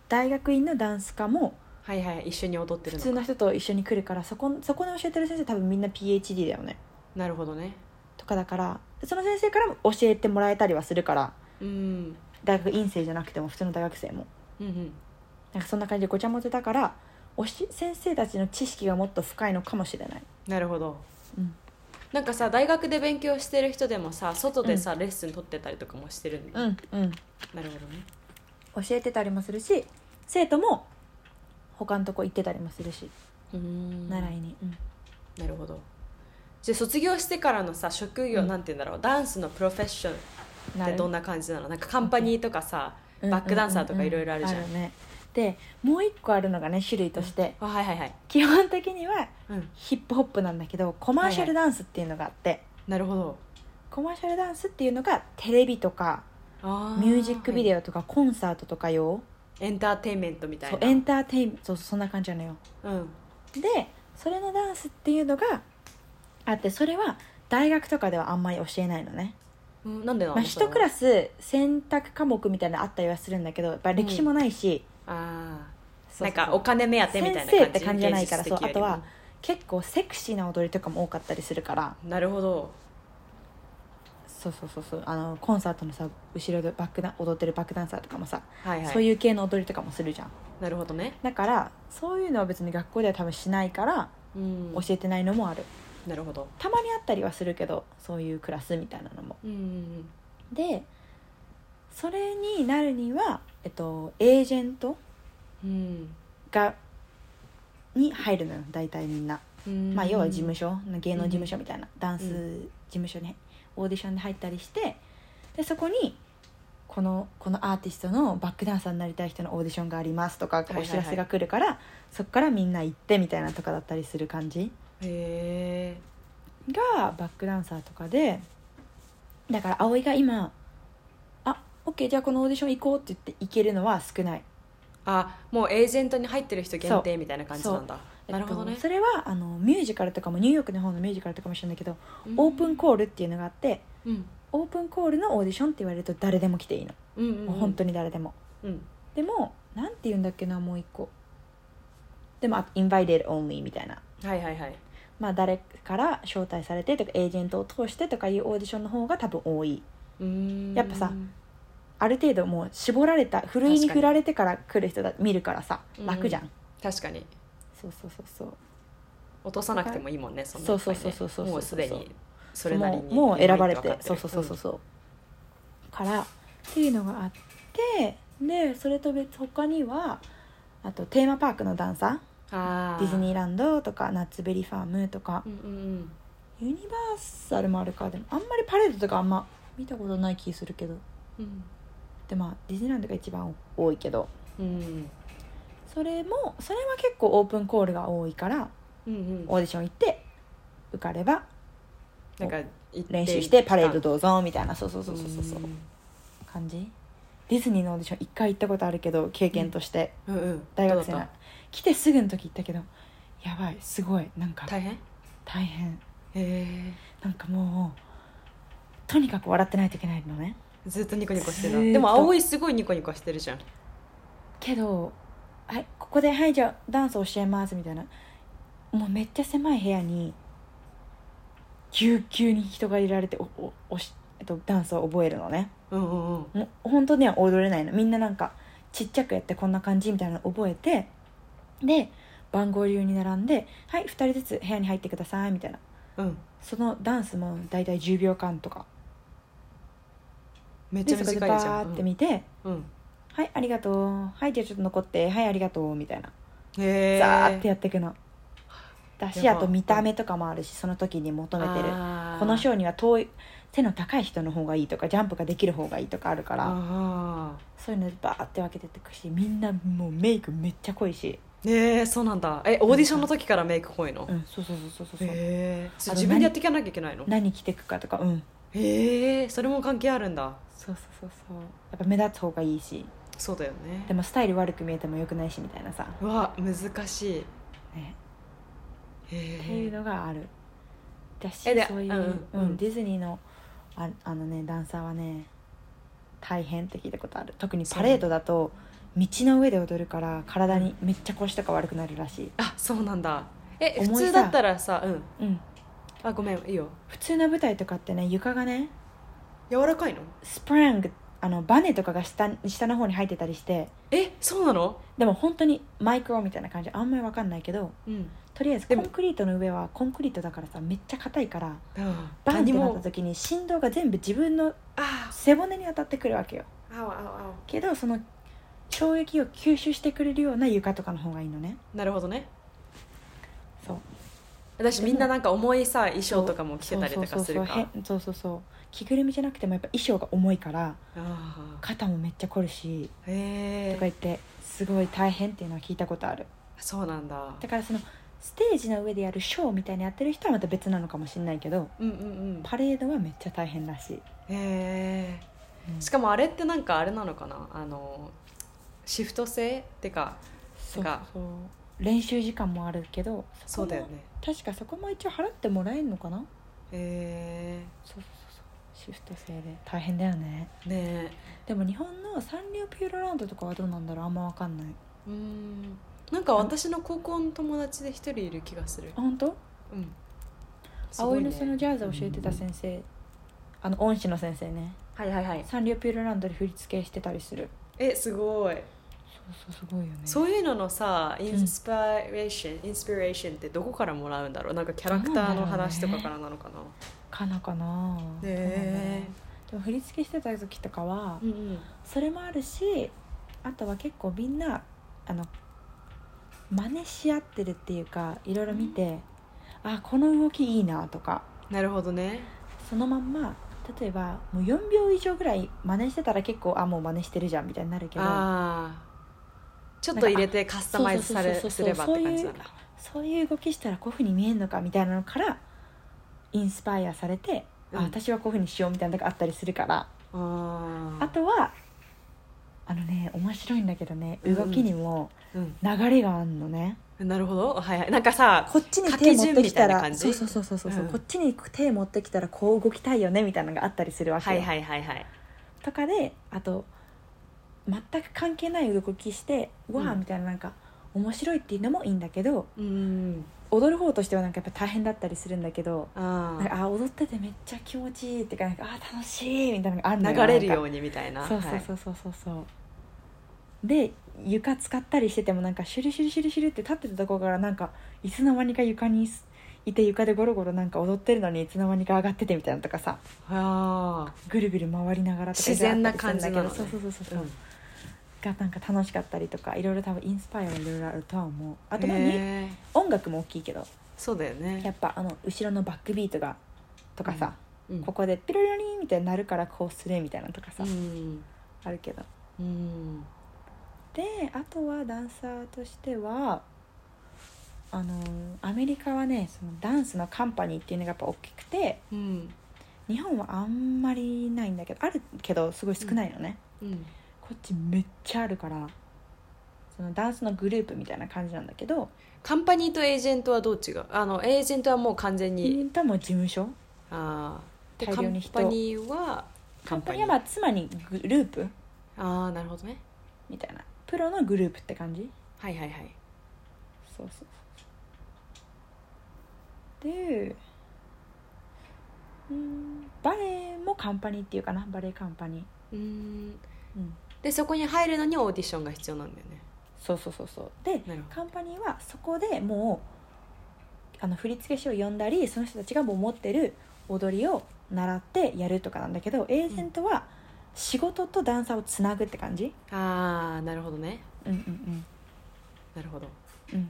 Speaker 2: 大学院のダンス科も
Speaker 1: はいはい一緒に踊ってる
Speaker 2: 普
Speaker 1: の
Speaker 2: 通
Speaker 1: か
Speaker 2: の人と一緒に来るからそこそこの教えてる先生多分みんな PhD だよね
Speaker 1: なるほどね
Speaker 2: とかだからその先生からも教えてもらえたりはするから
Speaker 1: うん
Speaker 2: 大学院生じゃなくても普通の大学生も
Speaker 1: うんうん
Speaker 2: なんかそんな感じでごちゃ混ぜだからおし先生たちの知識がもっと深いのかもしれない、
Speaker 1: なるほど
Speaker 2: うん、
Speaker 1: なんかさ大学で勉強してる人でもさ外でさ、レッスン取ってたりとかもしてるんだ、
Speaker 2: うんうん
Speaker 1: なるほどね
Speaker 2: 教えてたりもするし生徒も他のとこ行ってたりもするし、
Speaker 1: うん
Speaker 2: 習いに、うん
Speaker 1: なるほどじゃあ卒業してからのさ職業、
Speaker 2: うん
Speaker 1: なんて言うんだろうダンスのプロフェッションってどんな感じなのなんかカンパニーとかさ、
Speaker 2: うん
Speaker 1: バックダンサーとかいろいろあるじゃん
Speaker 2: うううね、でもう一個あるのがね種類として、
Speaker 1: あはいはいはい、
Speaker 2: 基本的には
Speaker 1: うん、
Speaker 2: ヒップホップなんだけどコマーシャルダンスっていうのがあって、
Speaker 1: なるほど
Speaker 2: コマーシャルダンスっていうのがテレビとか
Speaker 1: あ
Speaker 2: ミュージックビ
Speaker 1: オ、
Speaker 2: デオとかコンサートとか用、
Speaker 1: はいエンターテインメントみたい
Speaker 2: そう
Speaker 1: な
Speaker 2: エンターテインメントそうそんな感じなのよ
Speaker 1: うん
Speaker 2: でそれのダンスっていうのがあってそれは大学とかではあんまり教えないのね、
Speaker 1: うん、なんでなの
Speaker 2: まあ、
Speaker 1: それ
Speaker 2: 一
Speaker 1: は
Speaker 2: クラス選択科目みたいなのあったりはするんだけどやっぱ歴史もないし、
Speaker 1: ああ
Speaker 2: そう
Speaker 1: な
Speaker 2: そ
Speaker 1: ん
Speaker 2: うそう
Speaker 1: かお金目当てみたいな
Speaker 2: 先生って感じじゃないから
Speaker 1: 芸術的よりも
Speaker 2: そうあとは結構セクシーな踊りとかも多かったりするから
Speaker 1: なるほど
Speaker 2: そうそうそうそうあのコンサートのさ後ろでバックダン踊ってるバックダンサーとかもさ、
Speaker 1: はいはい
Speaker 2: そういう系の踊りとかもするじゃん
Speaker 1: なるほどね
Speaker 2: だからそういうのは別に学校では多分しないから
Speaker 1: うん
Speaker 2: 教えてないのもある、
Speaker 1: なるほど
Speaker 2: たまにあったりはするけどそういうクラスみたいなのも
Speaker 1: うんうん
Speaker 2: でそれになるには、えっと、エージェント
Speaker 1: うん
Speaker 2: がに入るのよ大体みんな、
Speaker 1: うん
Speaker 2: まあ、要は事務所芸能事務所みたいな、ダンス事務所にオーディションで入ったりしてでそこにこのこのアーティストのバックダンサーになりたい人のオーディションがありますとか
Speaker 1: いはい
Speaker 2: お
Speaker 1: はい
Speaker 2: 知らせが来るから、そこからみんな行ってみたいなとかだったりする感じ
Speaker 1: へえ
Speaker 2: がバックダンサーとかでだから葵が今「あオッケーじゃあこのオーディション行こう」って言って行けるのは少ない
Speaker 1: あもうエージェントに入ってる人限定みたいな感じなんだなるほど
Speaker 2: えっ
Speaker 1: ね
Speaker 2: と、それはあのミュージカルとかもニューヨークの方のミュージカルとかも一緒なんだけど、
Speaker 1: うん
Speaker 2: オープンコールっていうのがあって
Speaker 1: うん
Speaker 2: オープンコールのオーディションって言われると誰でも来ていいの、
Speaker 1: うんうん
Speaker 2: もう本当に誰でも
Speaker 1: にうん
Speaker 2: でもなんて言うんだっけなもう一個でもあインバイデルオンリーみたいな
Speaker 1: はいはいはい
Speaker 2: まあ誰から招待されてとかエージェントを通してとかいうオーディションの方が多分多いう
Speaker 1: ーん
Speaker 2: やっぱさある程度もう絞られたふるいに振られてから来る人だ見るからさ
Speaker 1: うん
Speaker 2: 楽じゃん、
Speaker 1: 確かに
Speaker 2: そうそうそうそう
Speaker 1: 落とさなくてもいいもんねそんな
Speaker 2: そうそうそうそうそうそう
Speaker 1: もうすでにそれなりに
Speaker 2: もうもう選ばれて
Speaker 1: いろいろと
Speaker 2: そう
Speaker 1: 分か
Speaker 2: そう
Speaker 1: って
Speaker 2: そう
Speaker 1: る
Speaker 2: そうそう、からっていうのがあってでそれと別他にはあとテーマパークのダンサ
Speaker 1: うんあ
Speaker 2: ーディズ
Speaker 1: ー
Speaker 2: ニーランドとかナッツベリーファームとか
Speaker 1: うんうん
Speaker 2: ユニバーサルもあるかでもあんまりパレードとかあんま見たことない気するけど
Speaker 1: うん
Speaker 2: でまあディズニーランドが一番多いけど
Speaker 1: うん
Speaker 2: それもそれは結構オープンコールが多いから
Speaker 1: うんうん
Speaker 2: オーディション行って受かれば
Speaker 1: なんか一定
Speaker 2: 練習してパレードどうぞみたいなそうそうそうそうそうそう
Speaker 1: うん
Speaker 2: 感じディズニーのオーディション一回行ったことあるけど経験として、
Speaker 1: うんうん
Speaker 2: 大学生
Speaker 1: どうだ
Speaker 2: の
Speaker 1: っ
Speaker 2: 来てすぐの時行ったけどやばいすごいなんか
Speaker 1: た大変へ
Speaker 2: 大変
Speaker 1: え
Speaker 2: なんかもうとにかく笑ってないといけないのね
Speaker 1: ずっとニコニコして
Speaker 2: ずー
Speaker 1: た
Speaker 2: っと
Speaker 1: でも葵すごいニコニコしてるじゃん
Speaker 2: けどはいここで「はいじゃあダンス教えます」みたいなもうめっちゃ狭い部屋にぎゅうぎゅうに人がいられておおおし、えっと、ダンスを覚えるのね
Speaker 1: うんうんうん
Speaker 2: もう本当には踊れないのみんななんかちっちゃくやってこんな感じみたいなの覚えてで番号流に並んで「はい2人ずつ部屋に入ってください」みたいな
Speaker 1: うん
Speaker 2: そのダンスも大体10秒間とか
Speaker 1: めっち
Speaker 2: で
Speaker 1: ゃ
Speaker 2: そこ
Speaker 1: 短い
Speaker 2: で
Speaker 1: じ
Speaker 2: バ
Speaker 1: ゃん
Speaker 2: ーって見て
Speaker 1: うんうん
Speaker 2: 「はいありがとう」「はいじゃあちょっと残って」「はいありがとう」みたいな
Speaker 1: へえ
Speaker 2: ザーってやっていくのだし
Speaker 1: や
Speaker 2: あ
Speaker 1: ば
Speaker 2: と見た目とかもあるしその時に求めてるこの
Speaker 1: 人
Speaker 2: 賞には遠い背の高い人の方がいいとかジャンプができる方がいいとかあるから
Speaker 1: あ
Speaker 2: そういうのバーって分けてってくしみんなもうメイクめっちゃ濃いし
Speaker 1: ーへえそうなんだえオーディションの時からメイク濃いの、
Speaker 2: うんそうそうそうそうそう、
Speaker 1: へえそれ
Speaker 2: あと
Speaker 1: 自分でやっていかなきゃいけないの
Speaker 2: 何着てくかとかうん
Speaker 1: へえそれも関係あるんだ
Speaker 2: そうそうそうそうやっぱ目立つ方がいいし
Speaker 1: そうだよね
Speaker 2: でもスタイル悪く見えてもよくないしみたいなさ、
Speaker 1: うわ難し
Speaker 2: ね、
Speaker 1: いへ
Speaker 2: っていう
Speaker 1: え
Speaker 2: のがあるだし
Speaker 1: えで
Speaker 2: そういう、
Speaker 1: うん
Speaker 2: う
Speaker 1: うんん
Speaker 2: ディズニーのああのねダンサーはね大変って聞いたことある特にパレードだと道の上で踊るから体にめっちゃ腰とか悪くなるらしい、
Speaker 1: あそうなんだえ普
Speaker 2: 重いさ
Speaker 1: 通だったらさうん
Speaker 2: うん、
Speaker 1: あごめんいいよ
Speaker 2: 普通の舞台とかってね床がね
Speaker 1: 柔らかいの
Speaker 2: スプラングあのバネとかが下下の方に入ってたりして
Speaker 1: えそうなの
Speaker 2: でも本当にマイクロみたいな感じあんまりわかんないけど
Speaker 1: うん
Speaker 2: とりあえずコ
Speaker 1: でも
Speaker 2: ンクリートの上はコンクリートだからさめっちゃ硬いからバンっ
Speaker 1: 何
Speaker 2: てなった
Speaker 1: も
Speaker 2: 時に振動が全部自分の
Speaker 1: あ
Speaker 2: 背骨に当たってくるわけよ
Speaker 1: あおあおあ
Speaker 2: けどその衝撃を吸収してくれるような床とかの方がいいのね
Speaker 1: おなるほどね
Speaker 2: そう
Speaker 1: 私みんななんか重いさ衣装とかも着てたりとかする
Speaker 2: そう
Speaker 1: か
Speaker 2: そうそうへんそうそうそう着ぐるみじゃなくてもやっぱ衣装が重いから
Speaker 1: ああ
Speaker 2: 肩もめっちゃ凝るしと
Speaker 1: へ
Speaker 2: か
Speaker 1: え
Speaker 2: 言ってすごい大変っていうのは聞いたことある
Speaker 1: そうなんだ
Speaker 2: だからそのステージの上でやるショーみたいにやってる人はまた別なのかもしれないけど
Speaker 1: うんうん
Speaker 2: パレードはめっちゃ大変らしい、
Speaker 1: うんへえ
Speaker 2: うん
Speaker 1: しかもあれってなんかあれなのかなあのシフト制ってか
Speaker 2: そう
Speaker 1: か
Speaker 2: そう練習時間もあるけどこ
Speaker 1: そ
Speaker 2: も
Speaker 1: うだよね
Speaker 2: 確かそこも一応払ってもらえるのかな
Speaker 1: へ
Speaker 2: そうそうそうそうシフト制で大変だよね
Speaker 1: えねえ
Speaker 2: でも日本のサンリオピューロランドとかはどうなんだろうあんまわかんないう
Speaker 1: ーんなんか私の高校の友達で一人いる気がする
Speaker 2: あ。本当、
Speaker 1: うん。すごい
Speaker 2: 葵
Speaker 1: ね
Speaker 2: のそのジャズを教えてた先生、あの恩師の先生ね
Speaker 1: はいはいはい。
Speaker 2: サンリオピューロランドで振り付けしてたりする
Speaker 1: えすごい。
Speaker 2: そうそうすごいよね
Speaker 1: そういうののさ、インスパイレーション、インスピレーションってどこからもらうんだろう。なんかキャラクターの話とかからなのかな。
Speaker 2: かなかな
Speaker 1: ねえ
Speaker 2: どうなんだろうでも振り付けしてた時とかは、
Speaker 1: うんうん。
Speaker 2: それもあるしあとは結構みんなあの真似し合ってるっていうかいろいろ見て、あこの動きいいなとか
Speaker 1: なるほどね。
Speaker 2: そのまんま例えばもう4秒以上ぐらい真似してたら結構あもう真似してるじゃんみたいになるけど
Speaker 1: ああ。ちょっと入れてカスタマイズされ
Speaker 2: そう
Speaker 1: す
Speaker 2: そうそう
Speaker 1: れ
Speaker 2: そ
Speaker 1: ば
Speaker 2: う
Speaker 1: って感じなんだ。
Speaker 2: そういう動きしたらこういうふうに見えるのかみたいなのからインスパイアされて、
Speaker 1: うん
Speaker 2: あ私はこういうふうにしようみたいなのがあったりするから、
Speaker 1: あ
Speaker 2: あ
Speaker 1: あ。
Speaker 2: とはあのね面白いんだけどね動きにも
Speaker 1: うん。
Speaker 2: 流れがあんのね、
Speaker 1: なるほど。はいはい。なんかさ、
Speaker 2: こっちに手持ってき
Speaker 1: 掛け順みたい
Speaker 2: たら
Speaker 1: な感じ
Speaker 2: そうそうそうそうそう、
Speaker 1: うん
Speaker 2: こっちに手持ってきたらこう動きたいよねみたいなのがあったりするわけ
Speaker 1: は
Speaker 2: よ、
Speaker 1: いはいはいはい。
Speaker 2: とかであと全く関係ない動きして
Speaker 1: ん
Speaker 2: わあみたいななんか面白いっていうのもいいんだけど
Speaker 1: うん。
Speaker 2: 踊る方としてはなんかやっぱ大変だったりするんだけど、
Speaker 1: あ
Speaker 2: なん
Speaker 1: あ。
Speaker 2: かあ踊っててめっちゃ気持ちいいっていうかなんかあー楽しいみたいなのがあるの
Speaker 1: 流れるよ
Speaker 2: う
Speaker 1: うにみたいな。
Speaker 2: そうそうそうそうそうそう、で床使ったりしててもなんかシュルシュルシュルシュルって立ってたところからなんかいつの間にか床にいて床でゴロゴロなんか踊ってるのにいつの間にか上がっててみたいなのとかさ
Speaker 1: あ
Speaker 2: ぐるぐる回りながらとか
Speaker 1: 自然な感じなのね
Speaker 2: そうそうそうそうそう、
Speaker 1: うん
Speaker 2: がなんか楽しかったりとかいろいろ多分インスパイアはいろいろあるとは思うあとまあに
Speaker 1: へー
Speaker 2: 音楽も大きいけど
Speaker 1: そうだよ
Speaker 2: や
Speaker 1: ね
Speaker 2: っぱあの後ろのバックビートがとかさ、
Speaker 1: うん
Speaker 2: ここでピロリロリンみたいになるからこうするみたいなのとかさ、
Speaker 1: うん
Speaker 2: あるけど
Speaker 1: うん
Speaker 2: であとはダンサーとしてはあのアメリカはねそのダンスのカンパニーっていうのがやっぱ大きくて
Speaker 1: うん
Speaker 2: 日本はあんまりないんだけどあるけどすごい少ないのね、
Speaker 1: うん
Speaker 2: こっちめっちゃあるからそのダンスのグループみたいな感じなんだけど
Speaker 1: カンパニーとエージェントはどう違うあのエージェントはもう完全に、
Speaker 2: とも事務所
Speaker 1: ああで
Speaker 2: 大
Speaker 1: カ
Speaker 2: 量
Speaker 1: ン
Speaker 2: に人
Speaker 1: パニーはカン
Speaker 2: こ
Speaker 1: パ
Speaker 2: れ
Speaker 1: ニー
Speaker 2: はまあつまりグループ
Speaker 1: ああなるほどね
Speaker 2: みたいなプロのグループって感じ
Speaker 1: はいはいはい
Speaker 2: そうそうそうでうんバレエもカンパニーっていうかなバレエカンパニー、
Speaker 1: うーん
Speaker 2: うん、
Speaker 1: でそこに入るのにオーディションが必要なんだよね
Speaker 2: そうそうそうそうで
Speaker 1: なるほど
Speaker 2: カンパニーはそこでもうあの振付師を呼んだりその人たちがもう持ってる踊りを習ってやるとかなんだけどエージェントは仕事とダンサーをつなぐって感じ、
Speaker 1: ああなるほどね
Speaker 2: うんうん
Speaker 1: なるほど
Speaker 2: うんうん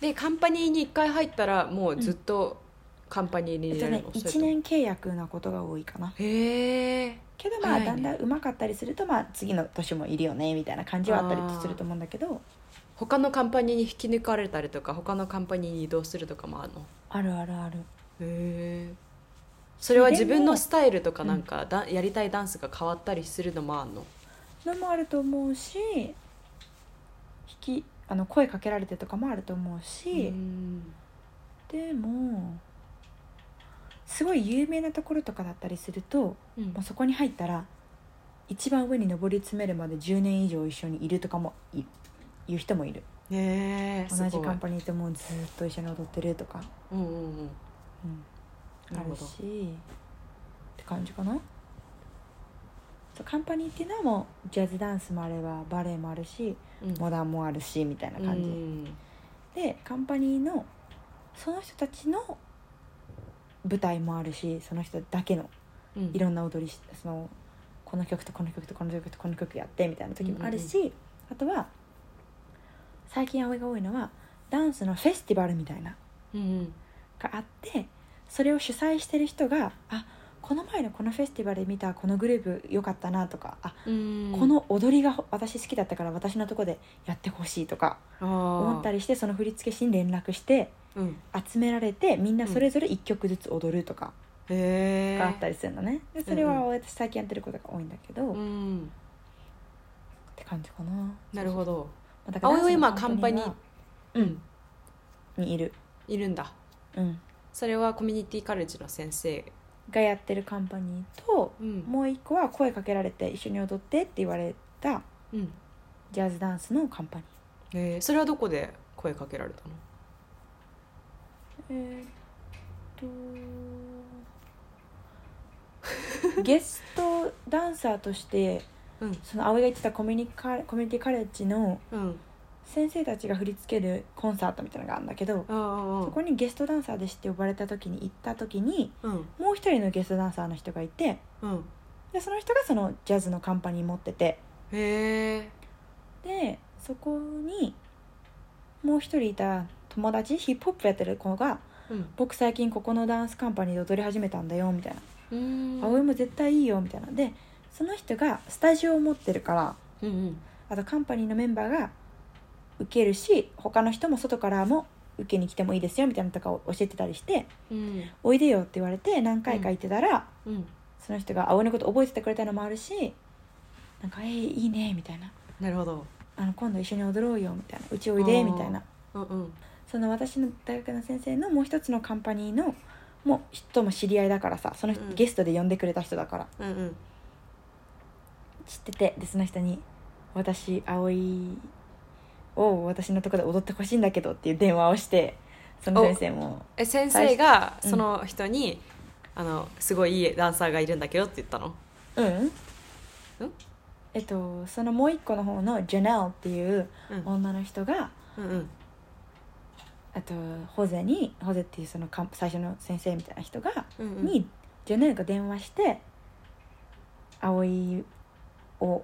Speaker 1: でカンパニーに1回入ったらもうずっとカンパニーに
Speaker 2: えっ
Speaker 1: い
Speaker 2: と
Speaker 1: られ
Speaker 2: ね
Speaker 1: るの、そ
Speaker 2: 1
Speaker 1: れとも
Speaker 2: 年契約なことが多いかな
Speaker 1: へえ
Speaker 2: けどまあ
Speaker 1: はい
Speaker 2: だんだん上手かったりするとまあ次の年もいるよねみたいな感じはあったりすると思うんだけど
Speaker 1: 他のカンパニーに引き抜かれたりとか他のカンパニーに移動するとかもあるの
Speaker 2: あるあるある
Speaker 1: へえそれは自分のスタイルとか
Speaker 2: で
Speaker 1: な
Speaker 2: も
Speaker 1: んかだ、やりたいダンスが変わったりするのもあるの
Speaker 2: のもあると思うし引きあの声かけられてとかもあると思う
Speaker 1: う
Speaker 2: し、
Speaker 1: ーん
Speaker 2: でもすごい有名なところとかだったりすると
Speaker 1: うん
Speaker 2: もうそこに入ったら一番上に上り詰めるまで10年以上一緒にいるとかもいいう人もいる
Speaker 1: ねえ
Speaker 2: 同じカンパニーともうずっと一緒に踊ってるとか、
Speaker 1: ニーうんうんうん
Speaker 2: うん、
Speaker 1: な
Speaker 2: あ
Speaker 1: るほ
Speaker 2: る
Speaker 1: ど
Speaker 2: しって感じかなそうカンパニーっていうのはもうジャズダンスもあればバレエもあるし
Speaker 1: うん
Speaker 2: モダンもあるしみたいな感じ、
Speaker 1: うん
Speaker 2: でカンパニーのその人たちの舞台もあるしその人だけの
Speaker 1: うん
Speaker 2: いろんな踊りしそのこの曲とこの曲とこの曲とこの曲やってみたいな時もあるし、あとは最近葵が多いのはダンスのフェスティバルみたいな
Speaker 1: うん
Speaker 2: があってそれを主催してる人があこの前のこのフェスティバルで見たこのグループ良かったなとかあ、
Speaker 1: うん、
Speaker 2: この踊りが私好きだったから私のとこでやってほしいとか思
Speaker 1: 思
Speaker 2: った
Speaker 1: り、
Speaker 2: りしてその振付師に連絡して
Speaker 1: うん、
Speaker 2: 集められてみんなそれぞれ1曲ずつ踊るとか
Speaker 1: へえ
Speaker 2: があった
Speaker 1: り、
Speaker 2: りするのね、でそれは私最近やってることが多いんだけど、
Speaker 1: う
Speaker 2: っ
Speaker 1: ん、
Speaker 2: て感じかな
Speaker 1: なるほ
Speaker 2: ど
Speaker 1: ど葵は今カンパニーうん
Speaker 2: にいる
Speaker 1: いるんだ
Speaker 2: うん
Speaker 1: それはコミュニティカレッジの先生、
Speaker 2: がやってるカンパニーと
Speaker 1: うん
Speaker 2: もう一個は声かけられて一緒に踊ってって言われた
Speaker 1: うん
Speaker 2: ジャズダンスのカンパニー
Speaker 1: えー、それはどこで声かけられたの
Speaker 2: えっと ゲストダンサーとして
Speaker 1: うん
Speaker 2: その葵が言ってたコミュニカコミュニティカレッジの
Speaker 1: うん
Speaker 2: 先生たちが振り付けるコンサートみたいなのがあるんだけど、
Speaker 1: ああ
Speaker 2: そこにゲストダンサーでして呼ばれた時に行った時に
Speaker 1: うん
Speaker 2: もう一人のゲストダンサーの人がいて
Speaker 1: うん
Speaker 2: でその人がそのジャズのカンパニー持ってて
Speaker 1: へえ
Speaker 2: でそこにもう一人いた友達ヒップホップやってる子が
Speaker 1: うん
Speaker 2: 「僕最近ここのダンスカンパニーで踊り始めたんだよ」みたいな
Speaker 1: うん
Speaker 2: 「葵も絶対いいよ」みたいなでその人がスタジオを持ってるから
Speaker 1: うんうん
Speaker 2: あとカンパニーのメンバーが受けるし他の人も外からも受けに来てもいいですよみたいなのとかを教えてたりして
Speaker 1: うん
Speaker 2: 「おいでよ」って言われて何回か行ってたら、
Speaker 1: うん
Speaker 2: その人が葵のこと覚えててくれたのもあるしなんか「えー、いいね」みたいな
Speaker 1: なるほど
Speaker 2: 「あの今度一緒に踊ろうよ」みたいな「うちおいで」
Speaker 1: あー
Speaker 2: みたいな
Speaker 1: うんうん
Speaker 2: その私の大学の先生のもう一つのカンパニーのもう人も知り合いだからさその人、
Speaker 1: うん
Speaker 2: ゲストで呼んでくれた人だから
Speaker 1: うんうん
Speaker 2: 知っててでその人に「私葵を私のとこで踊ってほしいんだけど」っていう電話をしてその先生も
Speaker 1: え先生が
Speaker 2: うん
Speaker 1: その人に、あのすごいいいダンサーがいるんだけどって言ったの
Speaker 2: 「うん?」えっとそのもう一個の方のジャネルっていう
Speaker 1: うん
Speaker 2: 女の人が
Speaker 1: うんうん
Speaker 2: あとホゼにホゼっていうそのカン最初の先生みたいな人が、
Speaker 1: うんうん
Speaker 2: にジェネルが電話して葵を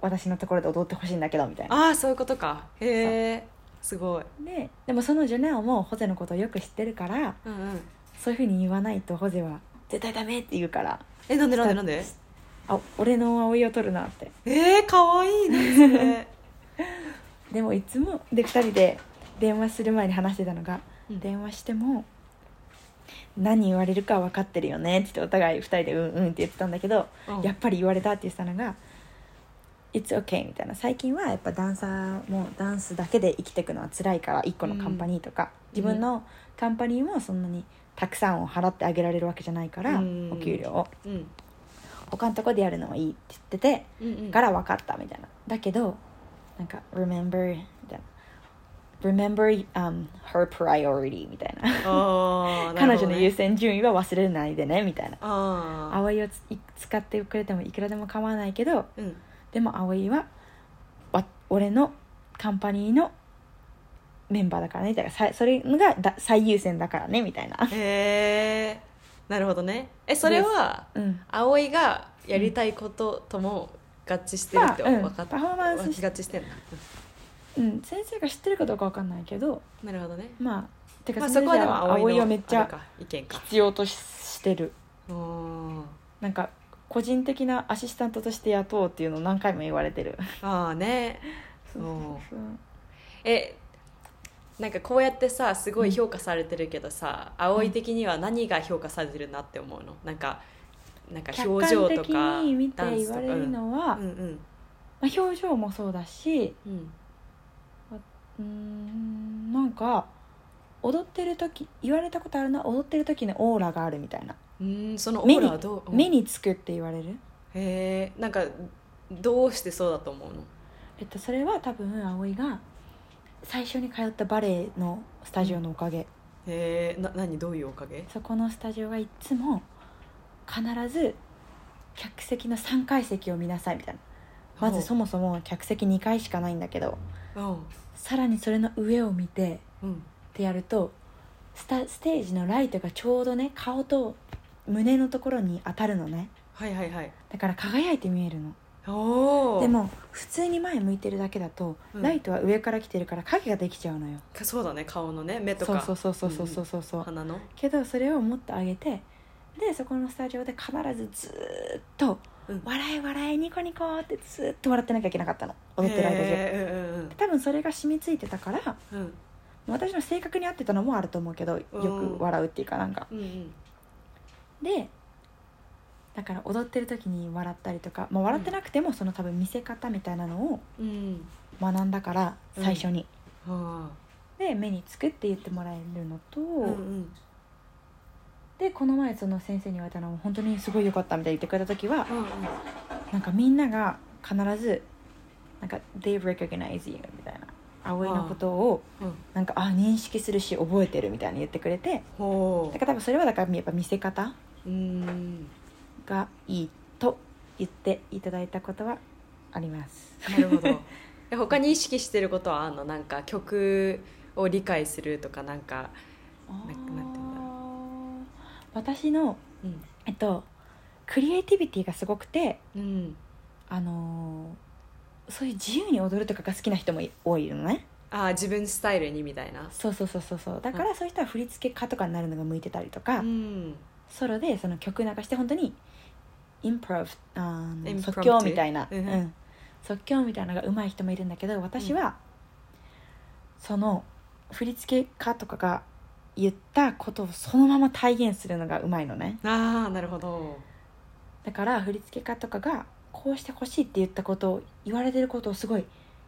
Speaker 2: 私のところで踊ってほしいんだけどみたいな
Speaker 1: ああそういうことかへえすごい
Speaker 2: ででもそのジェネルもホゼのことをよく知ってるから
Speaker 1: うんうん
Speaker 2: そういうふうに言わないとホゼは「絶対ダメ!」って言うから
Speaker 1: えなんでなんで
Speaker 2: スタ
Speaker 1: なんで
Speaker 2: 「あ俺の葵を取るな」って
Speaker 1: えー、かわいいねそれ
Speaker 2: でもいつもで2人で電話する前に話してたのが「
Speaker 1: うん
Speaker 2: 電話しても何言われるか分かってるよね」って言ってお互い2人で「うんうん」って言ってたんだけど
Speaker 1: うん
Speaker 2: やっぱり言われたって言ってたのが It's okay みたいな最近はやっぱダンサーもダンスだけで生きていくのは辛いから一個のカンパニーとか、
Speaker 1: うん
Speaker 2: 自分のカンパニーもそんなにたくさんを払ってあげられるわけじゃないから、
Speaker 1: うん
Speaker 2: お給料を
Speaker 1: うん
Speaker 2: 他のとこでやるのはいいって言ってて
Speaker 1: うんうん
Speaker 2: から分かったみたいなだけどなんか「remember」みたいな「remember、um, her priority」みたいな
Speaker 1: あーな
Speaker 2: 彼
Speaker 1: るほ
Speaker 2: 女
Speaker 1: ど
Speaker 2: の
Speaker 1: ね
Speaker 2: 優先順位は忘れないでねみたいな
Speaker 1: あ
Speaker 2: 葵をつい使ってくれてもいくらでも構わないけど
Speaker 1: あうん
Speaker 2: でも葵はわ俺のカンパニーのメンバーだからねみたいなさそれがだ最優先だからねみたい な、
Speaker 1: へえなるほどねえそれは
Speaker 2: うん、
Speaker 1: 葵がやりたいこととも合致してる
Speaker 2: まあ
Speaker 1: っ、て
Speaker 2: うん
Speaker 1: 分かっ
Speaker 2: パフォーマ
Speaker 1: 合
Speaker 2: ンスし、
Speaker 1: 致してる
Speaker 2: うん、先生が知ってるかどうかわかんないけど
Speaker 1: なるほどね
Speaker 2: まあてか
Speaker 1: まあ
Speaker 2: 先
Speaker 1: そこ
Speaker 2: 生
Speaker 1: はでも
Speaker 2: は
Speaker 1: 葵
Speaker 2: 葵
Speaker 1: の
Speaker 2: をめっち
Speaker 1: あれ
Speaker 2: ゃ
Speaker 1: か意見か
Speaker 2: 必要とししてる
Speaker 1: おー
Speaker 2: なんか個人的なアシスタントとして雇おうっていうのを何回も言われてる
Speaker 1: ああね
Speaker 2: そうそうそう
Speaker 1: えなんかこうやってさすごい評価されてるけどさ、葵的には何が評価されてるなって思うのなんかなんか
Speaker 2: 客
Speaker 1: 表
Speaker 2: 観
Speaker 1: 情と
Speaker 2: 的
Speaker 1: か
Speaker 2: に見て
Speaker 1: ダン
Speaker 2: 言
Speaker 1: スと
Speaker 2: わ
Speaker 1: か
Speaker 2: れるのは、
Speaker 1: うんうん
Speaker 2: まあ、表情もそうだし
Speaker 1: うんうん
Speaker 2: うーんなんか踊ってる時言われたことあるのは踊ってる時のオーラがあるみたいな、
Speaker 1: うーんそのオーラはどう
Speaker 2: 目
Speaker 1: うん
Speaker 2: につくって言われる、
Speaker 1: へえんかどうしてそうだと思うの
Speaker 2: えっと、それは多分葵が最初に通ったバレエのスタジオのおかげ、
Speaker 1: へえな何どういうおかげ
Speaker 2: そこのスタジオはいつも必ず客席の3階席を見なさいみたいなまずそもそも客席2階しかないんだけど
Speaker 1: うん
Speaker 2: さらにそれの上を見て
Speaker 1: うん
Speaker 2: ってやるとスタステージのライトがちょうどね顔と胸のところに当たるのね
Speaker 1: はいはいはい
Speaker 2: だから輝いて見えるの
Speaker 1: おお
Speaker 2: でも普通に前向いてるだけだと、
Speaker 1: うん
Speaker 2: ライトは上から来てるから影ができちゃうのよ
Speaker 1: そうだね顔のね目と
Speaker 2: そう
Speaker 1: か
Speaker 2: そうそうそうそうそうそうそう、
Speaker 1: 鼻の
Speaker 2: けどそれをもっと上げてでそこのスタジオで必ずずーっと
Speaker 1: うん
Speaker 2: 「笑い笑いニコニコ」ってずーっと笑ってなきゃいけなかったの踊ってる間中
Speaker 1: へーうんうん
Speaker 2: 多分それが染みついてたから
Speaker 1: うん
Speaker 2: 私の性格に合ってたのもあると思うけどよく笑うっていうかなんか
Speaker 1: うんうん
Speaker 2: でだから踊ってる時に笑ったりとか、まあ、笑ってなくてもその多分見せ方みたいなのを
Speaker 1: うん
Speaker 2: 学んだから
Speaker 1: うん
Speaker 2: 最初に、
Speaker 1: あ
Speaker 2: で目につくって言ってもらえるのと、
Speaker 1: あうんうん
Speaker 2: でこの前その先生に言われたのも本当にすごい良かったみたいに言ってくれた時は
Speaker 1: うんうん
Speaker 2: なんかみんなが必ずなんか「they recognize you」みたいな葵のことを
Speaker 1: うん
Speaker 2: なんかあ認識するし覚えてるみたいに言ってくれて
Speaker 1: ほ
Speaker 2: だから多分それはだからやっぱ見せ方
Speaker 1: ううん
Speaker 2: がいいと言っていただいたことはあります。
Speaker 1: なるほ どえ他に意識してることはあんのなんか曲を理解するとかなんか
Speaker 2: なん
Speaker 1: て言うんだろ
Speaker 2: 私の、
Speaker 1: うん
Speaker 2: えっと、クリエイティビティがすごくて、
Speaker 1: うん
Speaker 2: あのーそういう自由に踊るとかが好きな人も多いのね
Speaker 1: ああ自分スタイルにみたいな
Speaker 2: そうそうそうそうそうだからそういう人は振り付け家とかになるのが向いてたりとか、
Speaker 1: うん
Speaker 2: ソロでその曲流して本当にインプロブあの
Speaker 1: Impromptu？
Speaker 2: 即興みたいな、
Speaker 1: うんうん
Speaker 2: うん即興みたいなのが上手い人もいるんだけど私は、その振り付け家とかが言ったことをそのまま体現するのが上手いのね
Speaker 1: ああなるほど
Speaker 2: だから振り付け家とかがこうしてほしいって言ったことを言われてることをすごい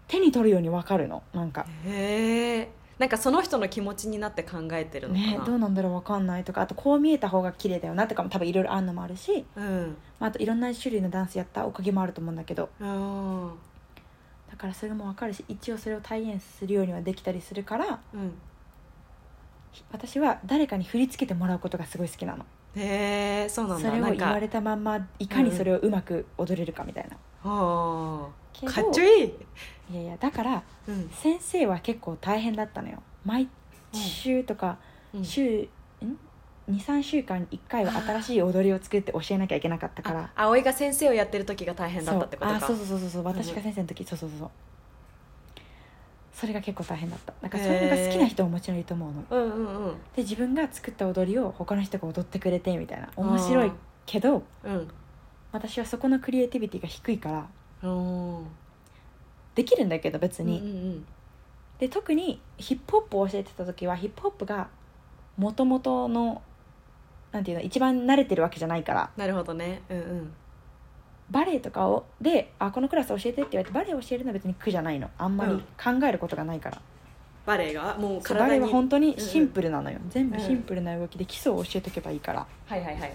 Speaker 2: 手に取るように分かるのなんか。
Speaker 1: へえなんかその人の気持ちになって考えてるのかな、
Speaker 2: ね、どうなんだろう分かんないとかあとこう見えた方が綺麗だよなとかも多分いろいろあるのもあるし、
Speaker 1: うん
Speaker 2: まあ、あといろんな種類のダンスやったおかげもあると思うんだけど
Speaker 1: あ
Speaker 2: だからそれも分かるし一応それを体現するようにはできたりするから
Speaker 1: ーうん
Speaker 2: 私は誰かに振り付けてもらうことがすごい好きなの
Speaker 1: へえそうなん
Speaker 2: そ
Speaker 1: だ
Speaker 2: れ
Speaker 1: な
Speaker 2: を
Speaker 1: ん
Speaker 2: 言わ
Speaker 1: か
Speaker 2: れたまんまいかにそれをうまく踊れるかみたいな、
Speaker 1: あー
Speaker 2: けど
Speaker 1: かっちょいい、
Speaker 2: いやいやだから
Speaker 1: うん
Speaker 2: 先生は結構大変だったのよ毎週とか
Speaker 1: うん
Speaker 2: 週、ん、23週間に1回は新しい踊りを作って教えなきゃいけなかったか
Speaker 1: あ
Speaker 2: ら
Speaker 1: 葵が先生をやってる時が大変だったってことか
Speaker 2: そうあそうそうそうそう私が先生の時、そうそうそうそうそれが結構大変だっただからそういうのが好きな人ももちろんいると思うの
Speaker 1: うんうんうん
Speaker 2: で自分が作った踊りを他の人が踊ってくれてみたいな面白いけど
Speaker 1: うん
Speaker 2: 私はそこのクリエイティビティが低いから
Speaker 1: おー
Speaker 2: できるんだけど別に、
Speaker 1: うんうん
Speaker 2: で特にヒップホップを教えてた時はヒップホップがもともとのなんていうの一番慣れてるわけじゃないから
Speaker 1: なるほどねうんうん
Speaker 2: バレエとかをであこのクラス教えてって言われてバレエ教えるのは別に苦じゃないのあんまり考えることがないから、
Speaker 1: バレエがもう
Speaker 2: そうバレ
Speaker 1: 体
Speaker 2: エは
Speaker 1: に
Speaker 2: 本当にシン
Speaker 1: ル、
Speaker 2: プルなのよ、全部シンプルな動きで基礎を教えとけばいいから、
Speaker 1: うんはいはいはい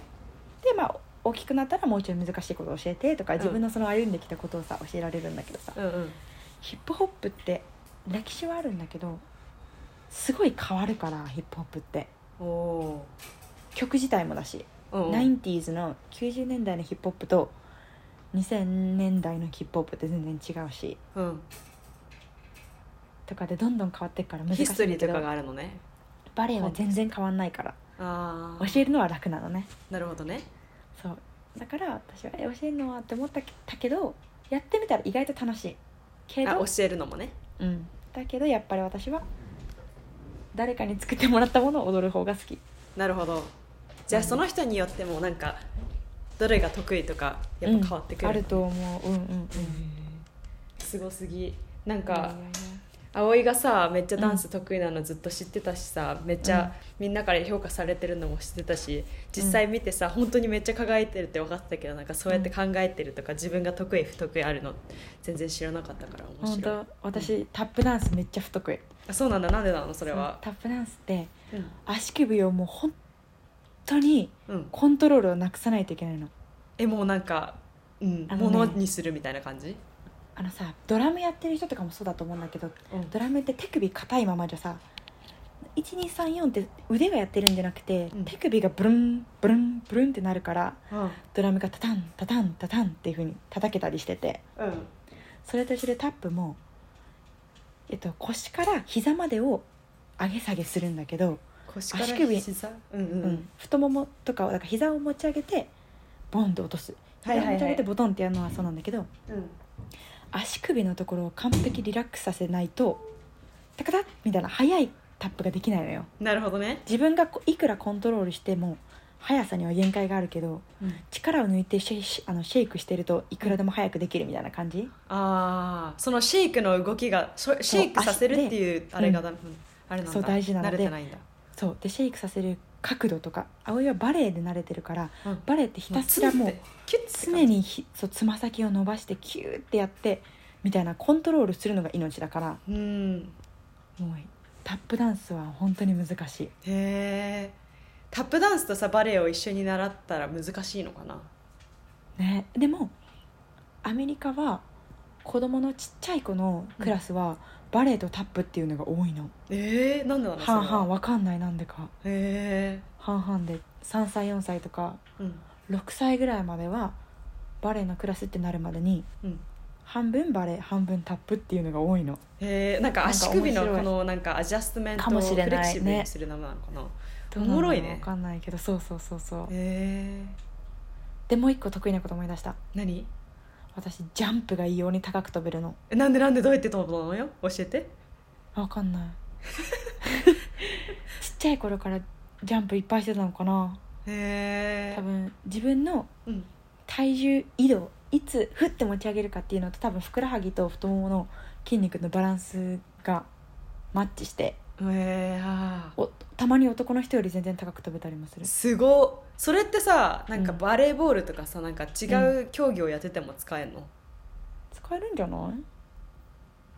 Speaker 2: でまあ大きくなったらもうちょい難しいことを教えてとか
Speaker 1: うん
Speaker 2: 自分のその歩んできたことをさ教えられるんだけどさ、
Speaker 1: うんうん
Speaker 2: ヒップホップって歴史はあるんだけどすごい変わるからヒップホップって
Speaker 1: おお
Speaker 2: 曲自体もだし、
Speaker 1: ー、うんうん、
Speaker 2: 90s の90年代のヒップホップと2000年代のヒップホップって全然違うし
Speaker 1: うん、
Speaker 2: とかでどんどん変わっていくから難しい
Speaker 1: ヒ
Speaker 2: んだ
Speaker 1: ス
Speaker 2: け
Speaker 1: ト
Speaker 2: ど
Speaker 1: リーとかがあるのね
Speaker 2: バレエは全然変わんないから
Speaker 1: ああ
Speaker 2: 教えるのは楽なのね
Speaker 1: なるほどね
Speaker 2: そうだから私はえ教えるのはって思ったけたけどやってみたら意外と楽しいけ
Speaker 1: あ
Speaker 2: ど
Speaker 1: 教えるのもね
Speaker 2: うん、だけどやっぱり私は誰かに作ってもらったものを踊る方が好き
Speaker 1: なるほどじゃあその人によってもなんかどれが得意とかやっぱ変わってくる、
Speaker 2: あると思ううんうんうん
Speaker 1: すごすぎなん
Speaker 2: いやいや
Speaker 1: か葵がさめっちゃダンス得意なのずっと知ってたしさ、めっちゃみんなから評価されてるのも知ってたし実際見てさ本当にめっちゃ輝いてるって分かってたけどなんかそうやって考えてるとか、自分が得意不得意あるの全然知らなかったから面
Speaker 2: 本
Speaker 1: 白い
Speaker 2: 当私タップダンスめっちゃ不得意
Speaker 1: あそうなんだなんでなのそ
Speaker 2: そ
Speaker 1: れは
Speaker 2: タップダンスって
Speaker 1: うん、
Speaker 2: 足首をもう本当に
Speaker 1: うん、
Speaker 2: コントロールをなくさないといけないの
Speaker 1: えもうなんか、うん
Speaker 2: あのね
Speaker 1: ものにするみたいな感じ、
Speaker 2: あのさドラムやってる人とかもそうだと思うんだけど
Speaker 1: うん
Speaker 2: ドラムって手首硬いままじゃさ1234って腕がやってるんじゃなくて、
Speaker 1: うん
Speaker 2: 手首がブルンブルンブルンってなるから
Speaker 1: うん
Speaker 2: ドラムがタタンタタンタタンっていう風に叩けたりしてて
Speaker 1: うん
Speaker 2: それと一緒でタップも、えっと、腰から膝までを上げ下げするんだけど、
Speaker 1: 腰から
Speaker 2: 足首
Speaker 1: 膝うんう、
Speaker 2: うん
Speaker 1: うん、
Speaker 2: 太ももとかをだから膝を持ち上げてボンと落とす
Speaker 1: は
Speaker 2: 膝
Speaker 1: い
Speaker 2: を
Speaker 1: はいはい
Speaker 2: 持ち上げてボトンってやるのはそうなんだけど、足首のところを完璧リラックスさせないとタカタッみたいな速いタップができないのよ
Speaker 1: なるほどね、
Speaker 2: 自分がこういくらコントロールしても速さには限界があるけど力を抜いてシェイシあのシェイクしてるといくらでも速くできるみたいな感じ
Speaker 1: ああそのシェイクの動きがシェシェイクさせるっていうあれがだ、うんあれなんだ
Speaker 2: そう大事なので
Speaker 1: 慣れてないんだ、
Speaker 2: そうでシェイクさせる角度とか葵はバレエで慣れてるから
Speaker 1: うん、
Speaker 2: バレエってひたすらもう
Speaker 1: キュッて
Speaker 2: 常にひそうつま先を伸ばしてキューってやってみたいなコントロールするのが命だから
Speaker 1: うん
Speaker 2: もうタップダンスは本当に難しい
Speaker 1: へえタップダンスとさバレエを一緒に習ったら難しいのかな
Speaker 2: ねでもアメリカは子供のちっちゃい子のクラスはバレエとタップっていうのが多いの、
Speaker 1: ええなんでなのそれ
Speaker 2: 半々
Speaker 1: は
Speaker 2: わかんないなんでか
Speaker 1: へ
Speaker 2: 半々で3歳4歳とか
Speaker 1: えうん
Speaker 2: 6歳ぐらいまではバレエのクラスってなるまでに
Speaker 1: うん
Speaker 2: 半分バレエ半分タップっていうのが多いの
Speaker 1: へえなんか
Speaker 2: なんか
Speaker 1: 足
Speaker 2: 面白
Speaker 1: 首
Speaker 2: い
Speaker 1: のこのなんかアジャストメント
Speaker 2: か
Speaker 1: を
Speaker 2: も
Speaker 1: フ
Speaker 2: し
Speaker 1: レ
Speaker 2: れない
Speaker 1: キシブルに
Speaker 2: ね
Speaker 1: するためなのかな
Speaker 2: どうな
Speaker 1: おも
Speaker 2: んだ
Speaker 1: ろ
Speaker 2: ろ
Speaker 1: いうね
Speaker 2: わかんないけどそうそうそうそう
Speaker 1: へえ
Speaker 2: でもう一個得意なこと思い出した
Speaker 1: 何
Speaker 2: 私ジャンプが異様に高く飛べるの
Speaker 1: えなんでなんでどうやって飛ぶのよ教えて
Speaker 2: わかんないちっちゃい頃からジャンプいっぱいしてたのかな
Speaker 1: へえ
Speaker 2: 多分自分の
Speaker 1: うん
Speaker 2: 体重移動いつふって持ち上げるかっていうのと多分ふくらはぎと太ももの筋肉のバランスがマッチして
Speaker 1: へえあ
Speaker 2: おたまに男の人より全然高く飛べたりもする
Speaker 1: ーすごっそれってさなんか
Speaker 2: うん
Speaker 1: バレーボールとかさなんか違う競技をやってても使えるの、
Speaker 2: 使えるんじゃない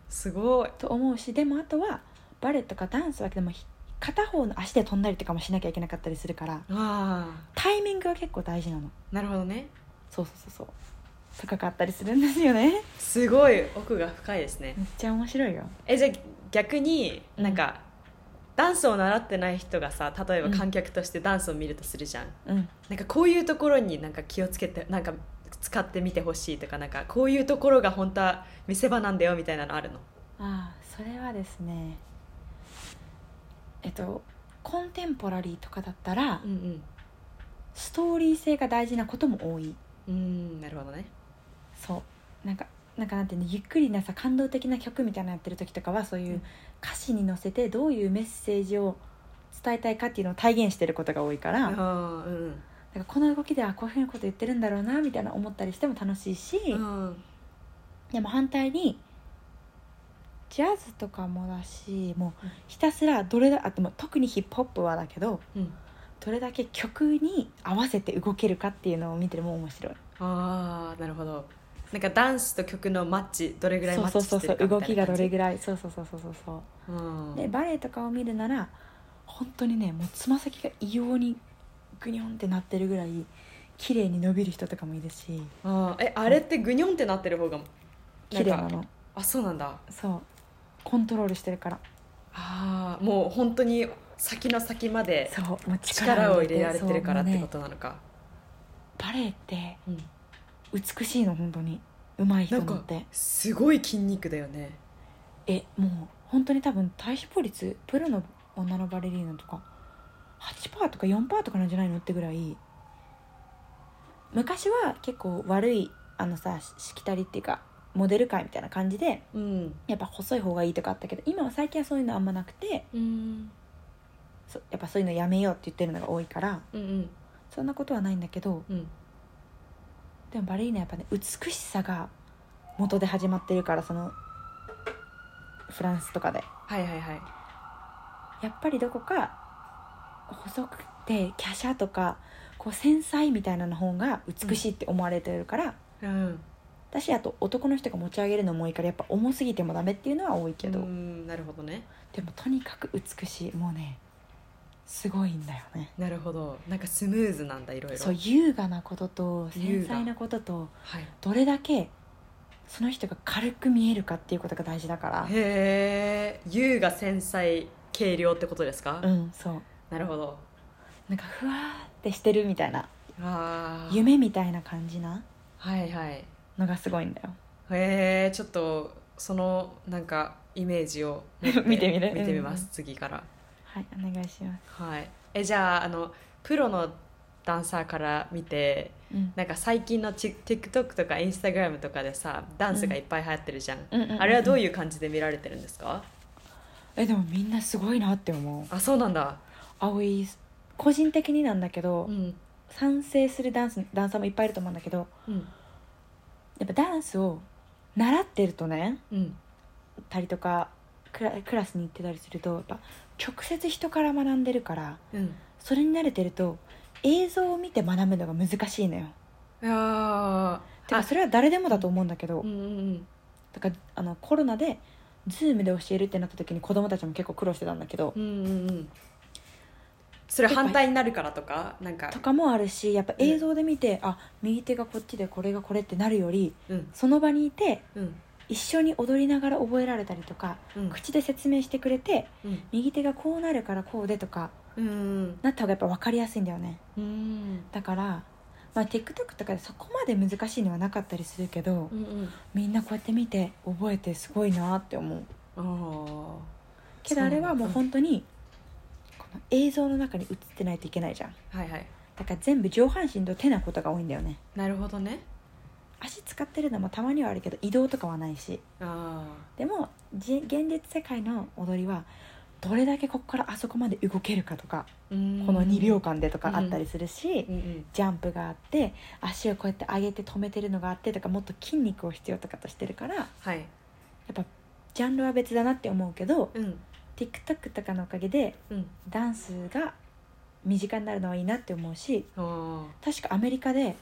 Speaker 1: すごい
Speaker 2: と思うしでもあとはバレエとかダンスはでもひ片方の足で飛んだりとかもしなきゃいけなかったりするから
Speaker 1: あ
Speaker 2: タイミングは結構大事なの
Speaker 1: ーなるほどね
Speaker 2: そうそうそうそう高かったりするんですよね
Speaker 1: すごい奥が深いですね
Speaker 2: めっちゃ面白いよ
Speaker 1: えじゃあ逆に
Speaker 2: うん
Speaker 1: なんか、ダンスを習ってない人がさ例えば
Speaker 2: うん
Speaker 1: 観客としてダンスを見るとするじゃん、
Speaker 2: うん
Speaker 1: なんかこういうところになんか気をつけてなんか使ってみてほしいとかなんかこういうところが本当は見せ場なんだよみたいなのあるの
Speaker 2: ああそれはですねえっとコンテンポラリーとかだったら、
Speaker 1: うん
Speaker 2: ストーリー性が大事なことも多い
Speaker 1: うんうんなるほどね
Speaker 2: そうなんかなんかなんていうのゆっくりなさ感動的な曲みたいなのやってる時とかはそういううん歌詞に乗せてどういうメッセージを伝えたいかっていうのを体現してることが多いから、なんか
Speaker 1: あーうん
Speaker 2: この動きではこういうふうなこと言ってるんだろうなみたいな思ったりしても楽しいし、
Speaker 1: うん
Speaker 2: でも反対にジャズとかもだしもうひたすらどれだあでも特にヒップホップはだけど
Speaker 1: うん
Speaker 2: どれだけ曲に合わせて動けるかっていうのを見てるも面白い
Speaker 1: ああなるほどなんかダンスと曲のマッチどれぐらい
Speaker 2: そ
Speaker 1: マ
Speaker 2: う
Speaker 1: ッ
Speaker 2: そう
Speaker 1: チ
Speaker 2: そう
Speaker 1: して
Speaker 2: そ
Speaker 1: る
Speaker 2: う
Speaker 1: かみ
Speaker 2: 動
Speaker 1: たい
Speaker 2: き
Speaker 1: な
Speaker 2: が
Speaker 1: 感
Speaker 2: ど
Speaker 1: じ
Speaker 2: れぐらいそうそうそうそうそうそう
Speaker 1: うん
Speaker 2: でバレエとかを見るなら本当にねもうつま先が異様にグニョンってなってるぐらい綺麗に伸びる人とかもいるし
Speaker 1: あーえあれってグニョンってなってる方が
Speaker 2: 綺麗な
Speaker 1: なんか
Speaker 2: の
Speaker 1: あそうなんだ
Speaker 2: そうコントロールしてるから
Speaker 1: ああもう本当に先の先まで
Speaker 2: そうもう
Speaker 1: 力を入れられ
Speaker 2: そう
Speaker 1: てるからってこ
Speaker 2: もうね
Speaker 1: となのか、
Speaker 2: バレエって
Speaker 1: うん、
Speaker 2: 美しいの本当に上手い人
Speaker 1: なん
Speaker 2: な
Speaker 1: か
Speaker 2: んて
Speaker 1: すごい筋肉だよね
Speaker 2: えもう本当に多分体脂肪率プロの女のバレリーナとか8%とか4%とかなんじゃないのってぐらい昔は結構悪いあのさししきたりっていうかモデル界みたいな感じで
Speaker 1: うん
Speaker 2: やっぱ細い方がいいとかあったけど今は最近はそういうのあんまなくて
Speaker 1: うん
Speaker 2: そやっぱそういうのやめようって言ってるのが多いから
Speaker 1: うん
Speaker 2: そんなことはないんだけど
Speaker 1: うん
Speaker 2: でもバレリーナやっぱね美しさが元で始まってるからそのフランスとかで
Speaker 1: はいはいはい
Speaker 2: やっぱりどこか細くて華奢とかこう繊細みたいなの方が美しいって思われてるから、
Speaker 1: うん
Speaker 2: 私あと男の人が持ち上げるのも多いからやっぱ重すぎてもダメっていうのは多いけど、
Speaker 1: うんなるほどね
Speaker 2: でもとにかく美しいもうねすごいんだよね
Speaker 1: なるほどなんかスムーズなんだいろいろ
Speaker 2: そう優雅なことと繊
Speaker 1: 優雅
Speaker 2: 細なことと
Speaker 1: はい、へ
Speaker 2: どれだけその人が軽く見えるかっていうことが大事だから
Speaker 1: え優雅繊細軽量ってことですか、
Speaker 2: うんそう
Speaker 1: なるほど
Speaker 2: なんかふわーってしてるみたいな
Speaker 1: ああ
Speaker 2: 夢みたいな感じな
Speaker 1: はいはいへ
Speaker 2: のがすごいんだよ
Speaker 1: えちょっとそのなんかイメージを持って
Speaker 2: 見てみる
Speaker 1: 見てみます、
Speaker 2: う
Speaker 1: 次から
Speaker 2: はいお願いします
Speaker 1: はいえじゃああのプロのダンサーから見て
Speaker 2: うん
Speaker 1: なんか最近のチ TikTok とか Instagram とかでさダンスがいっぱい流行ってるじゃん、
Speaker 2: うんうんうんうん
Speaker 1: あれはどういう感じで見られてるんですか
Speaker 2: えでもみんなすごいなって思う
Speaker 1: あそうなんだ
Speaker 2: 葵個人的になんだけど、
Speaker 1: うん
Speaker 2: 賛成するダンスダンサーもいっぱいいると思うんだけど
Speaker 1: うん
Speaker 2: やっぱダンスを習ってるとね
Speaker 1: うん
Speaker 2: たりとかクラクラスに行ってたりするとやっぱ直接人から学んでるから
Speaker 1: うん
Speaker 2: それに慣れてると映像を見て学ぶのが難しいのよ
Speaker 1: いやー
Speaker 2: てかそれは誰でもだと思うんだけど、
Speaker 1: うんうんうん
Speaker 2: だからあのコロナで Zoom で教えるってなった時に子供たちも結構苦労してたんだけど、
Speaker 1: うんうんうんそれ反対になるからとかなんか
Speaker 2: とかもあるしやっぱ映像で見て、あ右手がこっちでこれがこれってなるより
Speaker 1: うん
Speaker 2: その場にいて
Speaker 1: うん
Speaker 2: 一緒に踊りながら覚えられたりとか
Speaker 1: うん
Speaker 2: 口で説明してくれて
Speaker 1: うん
Speaker 2: 右手がこうなるからこうでとか
Speaker 1: うん
Speaker 2: なった方がやっぱ分かりやすいんだよね
Speaker 1: うん
Speaker 2: だから、まあ、TikTok とかでそこまで難しいのはなかったりするけど、
Speaker 1: うんうん
Speaker 2: みんなこうやって見て覚えてすごいなって思う
Speaker 1: あー
Speaker 2: けどあれはもう
Speaker 1: そう
Speaker 2: 本当にこの映像の中に映ってないといけないじゃん
Speaker 1: はいはい
Speaker 2: だから全部上半身と手なことが多いんだよね
Speaker 1: なるほどね
Speaker 2: 足使ってるのもたまにはあるけど移動とかはないし
Speaker 1: あ
Speaker 2: でもじ現実世界の踊りはどれだけここからあそこまで動けるかとか、
Speaker 1: ーうん
Speaker 2: この2秒間でとかあったりするし、
Speaker 1: うんうん
Speaker 2: ジャンプがあって足をこうやって上げて止めてるのがあってとかもっと筋肉を必要とかとしてるからや
Speaker 1: はい
Speaker 2: っぱジャンルは別だなって思うけど
Speaker 1: うん
Speaker 2: TikTok とかのおかげで
Speaker 1: うん
Speaker 2: ダンスが身近になるのはいいなって思うし
Speaker 1: あー
Speaker 2: 確かアメリカで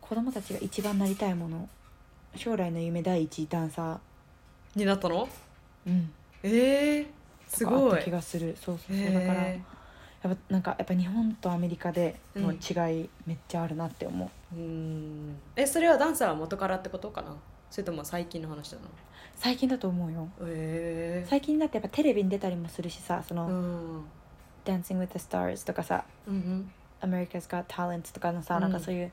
Speaker 2: 子供たちが一番なりたいもの将来の夢第一ダンサ
Speaker 1: になったの
Speaker 2: ー、うん、
Speaker 1: えー、す
Speaker 2: とかあっ
Speaker 1: ご
Speaker 2: た
Speaker 1: い
Speaker 2: 気がするそうそう
Speaker 1: へ
Speaker 2: そう
Speaker 1: ー
Speaker 2: だからやっぱなんかやっぱ日本とアメリカでの
Speaker 1: うん
Speaker 2: 違いめっちゃあるなって思う、
Speaker 1: うんえそれはダンサーは元からってことかなそれとも最近の話なの
Speaker 2: 最近だと思うよ
Speaker 1: ええ
Speaker 2: 最近だってやっぱテレビに出たりもするしさその、
Speaker 1: うん
Speaker 2: 「Dancing with the Stars」とかさ
Speaker 1: うんうん
Speaker 2: 「America's Got Talent」とかのさ、
Speaker 1: うん
Speaker 2: なんかそういう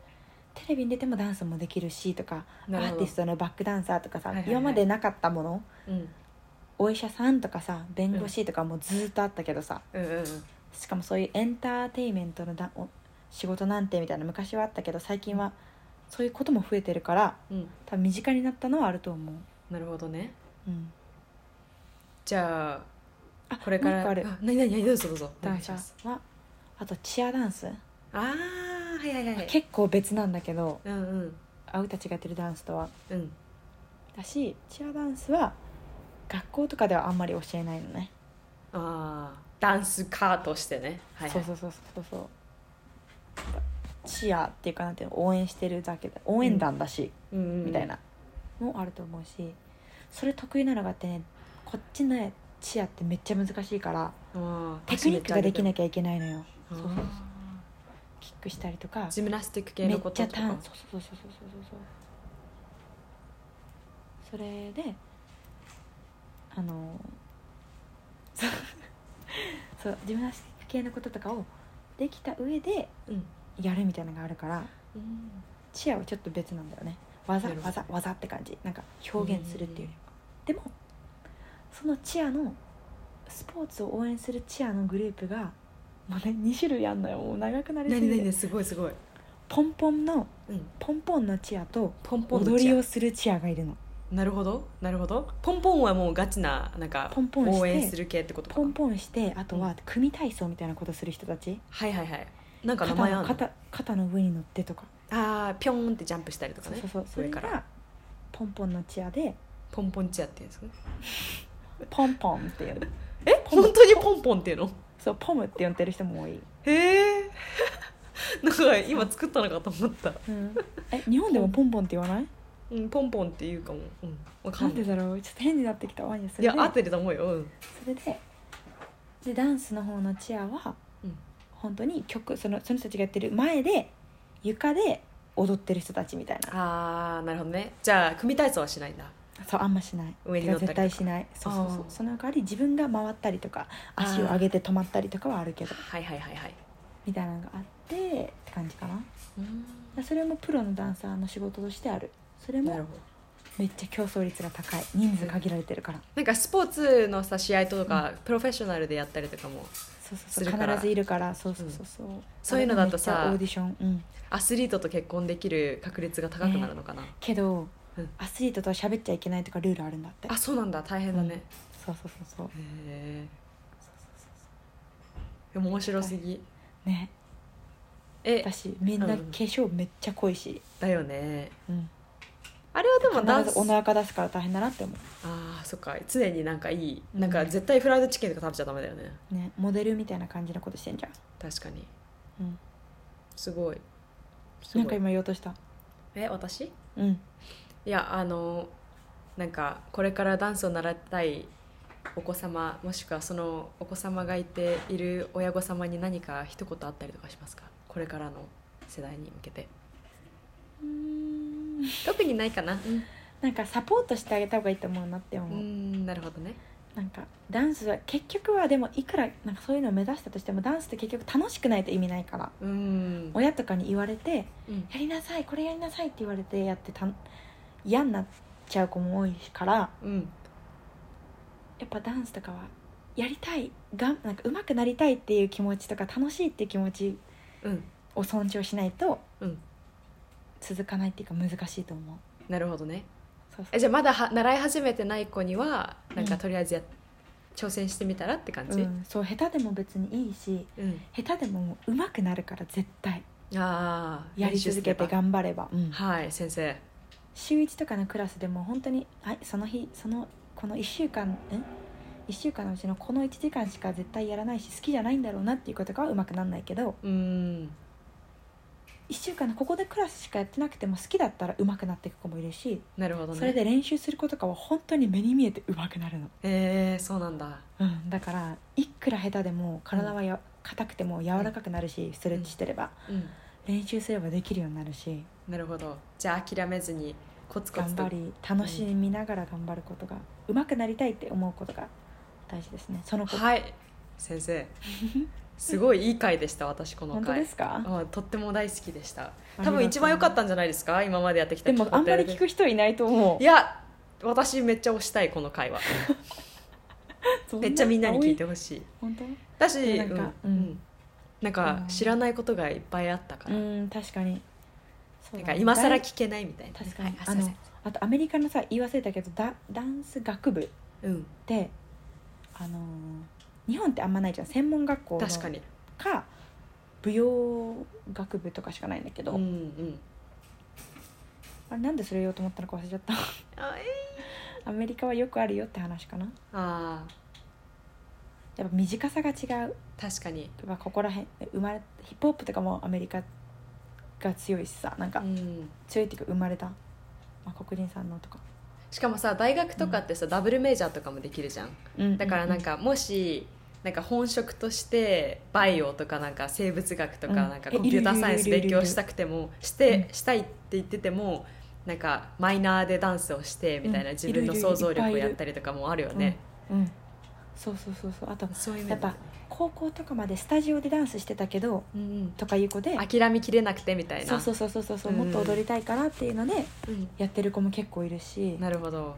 Speaker 2: テレビに出てもダンスもできるしとかア
Speaker 1: なるほど
Speaker 2: ーティストのバックダンサーとかさ、
Speaker 1: はいはいはい
Speaker 2: 今までなかったもの
Speaker 1: うん
Speaker 2: お医者さんとかさ弁護士とかもずーっとあったけどさ、
Speaker 1: うんうんうん
Speaker 2: しかもそういうエンターテインメントのだお仕事なんてみたいな昔はあったけど最近はそういうことも増えてるから
Speaker 1: うん
Speaker 2: 多分身近になったのはあると思う、
Speaker 1: なるほどね
Speaker 2: うん、
Speaker 1: じゃあ
Speaker 2: あ
Speaker 1: これから
Speaker 2: もう一個ある
Speaker 1: 何何何どうぞどうぞ
Speaker 2: ダンサ
Speaker 1: ます
Speaker 2: ーはあとチアダンス、
Speaker 1: ああはいはいはい
Speaker 2: 結構別なんだけど
Speaker 1: うんうん
Speaker 2: あうたちがやってるダンスとは
Speaker 1: うん
Speaker 2: だしチアダンスは学校とかではあんまり教えないのね、
Speaker 1: ああダンスカーとしてねはいはい
Speaker 2: そうそうそうそうそう視野っていうかなんていうの応援してるだけで応援団だし、
Speaker 1: うんうんうん
Speaker 2: みたいなもあると思うしそれ得意なのがあってねこっちの視野ってめっちゃ難しいから
Speaker 1: あー
Speaker 2: テクニックができなきゃいけないのよ
Speaker 1: あ
Speaker 2: そう
Speaker 1: ー
Speaker 2: そうそうキックしたりとか
Speaker 1: ジムナスティック系
Speaker 2: め
Speaker 1: の
Speaker 2: っ
Speaker 1: こ
Speaker 2: ち
Speaker 1: と
Speaker 2: ゃ
Speaker 1: と
Speaker 2: タ
Speaker 1: か
Speaker 2: ーンそうそうそうそうそうそうそうそれであのそうそうジムナスティック系のこととかをできた上で
Speaker 1: うん
Speaker 2: やるみたいなのがあるから
Speaker 1: うん
Speaker 2: チアはちょっと別なんだよね技
Speaker 1: なるほど
Speaker 2: 技技って感じなんか表現するっていうよりもでもそのチアのスポーツを応援するチアのグループがもうね2種類あんのよもう長くなりす
Speaker 1: 何
Speaker 2: ぎて
Speaker 1: 何すごいすごい、
Speaker 2: ポンポンの
Speaker 1: うん、
Speaker 2: ポンポンのチアと
Speaker 1: ポンポンの
Speaker 2: 踊
Speaker 1: チア
Speaker 2: りをするチアがいるの
Speaker 1: なるほどなるほどポンポンはもうガチななんか
Speaker 2: ポンポンして
Speaker 1: 応援する系ってことか
Speaker 2: ポンポンしてあとは組体操みたいなことする人たち
Speaker 1: はいはいはいなんか名
Speaker 2: 肩
Speaker 1: 前あ
Speaker 2: の
Speaker 1: るの
Speaker 2: 肩肩の上に乗ってとか
Speaker 1: ああピョーンってジャンプしたりとか
Speaker 2: そう
Speaker 1: ね
Speaker 2: そうそうそれ
Speaker 1: 上から
Speaker 2: がポンポンのチアで
Speaker 1: ポンポンチアって言うんですかね
Speaker 2: ポンポンっていうの
Speaker 1: え
Speaker 2: ポン
Speaker 1: 本当にポンポンっていうの
Speaker 2: そうポムって呼んでる人も多い
Speaker 1: へえ なんか今作ったのかと思った、
Speaker 2: うん、 え日本でもポンポンって言わない
Speaker 1: うん、ポンポンっていうかも、うん、わか
Speaker 2: なん
Speaker 1: んな
Speaker 2: で
Speaker 1: い
Speaker 2: だろうちょっと変になってきたわいや
Speaker 1: い
Speaker 2: それ
Speaker 1: や
Speaker 2: で
Speaker 1: 合ってると思うよ、うん、
Speaker 2: それででダンスの方のチアは、
Speaker 1: うん
Speaker 2: 本当に曲そのその人たちがやってる前で床で踊ってる人たちみたいな
Speaker 1: ああなるほどねじゃあ組体操はしないんだ
Speaker 2: そうあんましない
Speaker 1: 上に乗ったり
Speaker 2: て
Speaker 1: とか
Speaker 2: か絶対しないそうそうそ
Speaker 1: あ
Speaker 2: う
Speaker 1: ー
Speaker 2: その代わり自分が回ったりとか
Speaker 1: あー
Speaker 2: 足を上げて止まったりとかはあるけど
Speaker 1: はいはいはいはい
Speaker 2: みたいなのがあってって感じかな
Speaker 1: うん
Speaker 2: でそれもプロのダンサーの仕事としてあるそれ
Speaker 1: なる
Speaker 2: も
Speaker 1: ほど
Speaker 2: めっちゃ競争率が高い人数限られてるから、
Speaker 1: なんかスポーツのさ試合とか、プロフェッショナルでやったりとかも
Speaker 2: そうそ
Speaker 1: す
Speaker 2: う
Speaker 1: る
Speaker 2: そう
Speaker 1: から
Speaker 2: 必ずいるからそうそうそうそう、
Speaker 1: そういうのだとさ
Speaker 2: あれがめっちゃオーディションうん
Speaker 1: アスリートと結婚できる確率が高くなるのかな、
Speaker 2: けど、
Speaker 1: うん
Speaker 2: アスリートとは喋っちゃいけないとかルールあるんだって
Speaker 1: あそうなんだ大変だね、
Speaker 2: そうそうそうそう
Speaker 1: へえ面白すぎ、
Speaker 2: ね
Speaker 1: え
Speaker 2: 私みんな
Speaker 1: う
Speaker 2: 化
Speaker 1: ん
Speaker 2: 粧めっちゃ濃いし、
Speaker 1: だよね
Speaker 2: うん、
Speaker 1: あれはでもダンス
Speaker 2: 必ずお腹出すから大変だなって思
Speaker 1: あーそっか常になんかいい
Speaker 2: うん
Speaker 1: なんか絶対フライドチキンとか食べちゃダメだよね
Speaker 2: うねモデルみたいな感じのことしてんじゃん、
Speaker 1: 確かに
Speaker 2: うん、
Speaker 1: すごいす
Speaker 2: なん
Speaker 1: ご
Speaker 2: か
Speaker 1: い
Speaker 2: 今言おうとした
Speaker 1: え私
Speaker 2: うん
Speaker 1: いやあのなんかこれからダンスを習いたいお子様もしくはそのお子様がいている親御様に何か一言あったりとかしますかこれからの世代に向けて特にないかな
Speaker 2: なんかサポートしてあげた方がいいと思うなって
Speaker 1: う
Speaker 2: 思う、
Speaker 1: んなるほどね
Speaker 2: なんかダンスは結局はでもいくらなんかそういうのを目指したとしてもダンスって結局楽しくないと意味ないから
Speaker 1: うん
Speaker 2: 親とかに言われて
Speaker 1: うん
Speaker 2: やりなさいこれやりなさいって言われてやってた嫌になっちゃう子も多いからや
Speaker 1: うん
Speaker 2: っぱダンスとかはやりたいがなんか上手くなりたいっていう気持ちとか楽しいっていう気持ち
Speaker 1: うん
Speaker 2: を尊重しないと
Speaker 1: うん
Speaker 2: 続かないっていうか難しいと思う
Speaker 1: なるほどね
Speaker 2: そうそう
Speaker 1: えじゃあまだは習い始めてない子にはなん
Speaker 2: う
Speaker 1: か
Speaker 2: ん
Speaker 1: とりあえずや、挑戦してみたらって感じ、
Speaker 2: うん、そう下手でも別にいいし
Speaker 1: うん
Speaker 2: 下手でももう上手くなるから絶対
Speaker 1: ああ
Speaker 2: やり続けて頑張れば、うん
Speaker 1: はい先生
Speaker 2: 週1とかのクラスでも本当に、はい、その日そのこの1週間ん1週間のうちのこの1時間しか絶対やらないし好きじゃないんだろうなっていうことがうまくなんないけど
Speaker 1: うん
Speaker 2: 1週間のここでクラスしかやってなくても好きだったらうまくなっていく子もいるし
Speaker 1: なるほどね
Speaker 2: それで練習する子とかは本当に目に見えてうまくなるの、
Speaker 1: えー、そうなんだ
Speaker 2: うん、だからいくら下手でも体はや硬くても柔らかくなるしストレッチしてれば
Speaker 1: うん
Speaker 2: 練習すればできるようになるし
Speaker 1: なるほどじゃあ諦めずにコツコツ
Speaker 2: 頑
Speaker 1: と
Speaker 2: 張り楽しみながら頑張ることがうまくなりたいって思うことが大事ですねその子
Speaker 1: はい先生すごいいい回でした私この回
Speaker 2: 本当ですか
Speaker 1: あとっても大好きでした
Speaker 2: ありが
Speaker 1: 多
Speaker 2: とう
Speaker 1: 分一番良かったんじゃないですか今までやってきた
Speaker 2: でもあんまり聞
Speaker 1: 聞く
Speaker 2: く人いないと思
Speaker 1: いや私めっちゃ推したいこの回は
Speaker 2: う
Speaker 1: めっちゃみんなに聞いて
Speaker 2: る
Speaker 1: ほしい
Speaker 2: 本当
Speaker 1: だし
Speaker 2: なんか
Speaker 1: うん
Speaker 2: うん
Speaker 1: うんなんか
Speaker 2: うん
Speaker 1: 知らないことがいっぱいあったから、
Speaker 2: うん確かにそう
Speaker 1: なん
Speaker 2: だ
Speaker 1: か
Speaker 2: ね
Speaker 1: 今更聞けないみたいな
Speaker 2: 確かに
Speaker 1: はい、あす
Speaker 2: あ
Speaker 1: いま
Speaker 2: の
Speaker 1: せん
Speaker 2: あとアメリカのさ言い忘れたけどダダンス学部っ
Speaker 1: うん
Speaker 2: てあのー日本ってあんまないじゃん専門学校の
Speaker 1: 確かに
Speaker 2: か舞踊学部とかしかないんだけど、
Speaker 1: うんうん
Speaker 2: あれなんでそれ言おうと思ったのか忘れちゃった
Speaker 1: あえ
Speaker 2: アメリカはよくあるよって話かな
Speaker 1: あ
Speaker 2: やっぱ短さが違う
Speaker 1: ー確かに
Speaker 2: やっぱここら辺生まれヒップホップとかもアメリカが強いしさなんか
Speaker 1: うん
Speaker 2: 強いっていうか生まれた、まあ、黒人さんのとか、
Speaker 1: しかもさ大学とかってさ、ダブルメジャーとかもできるじゃんだからなんかもしなんか本職としてバイオとかなんか生物学とか
Speaker 2: うん
Speaker 1: なんか
Speaker 2: え
Speaker 1: コンピューターサイエンス
Speaker 2: いるいるいるいる
Speaker 1: 勉強したくてもして
Speaker 2: うん
Speaker 1: したいって言っててもなんかマイナーでダンスをしてみたいな
Speaker 2: うん
Speaker 1: 自分の
Speaker 2: いるいるいる
Speaker 1: 想像力を
Speaker 2: いっぱいいる
Speaker 1: やったりとかもあるよね。
Speaker 2: うん、うんそうそうそうそうあと
Speaker 1: そういう面
Speaker 2: やっぱ高校とかまでスタジオでダンスしてたけど
Speaker 1: うん
Speaker 2: とかいう子で
Speaker 1: うん諦めきれなくてみたいな。
Speaker 2: そうそうそうそうそうそう
Speaker 1: うん
Speaker 2: もっと踊りたいからっていうので
Speaker 1: うん
Speaker 2: やってる子も結構いるし
Speaker 1: なるほど。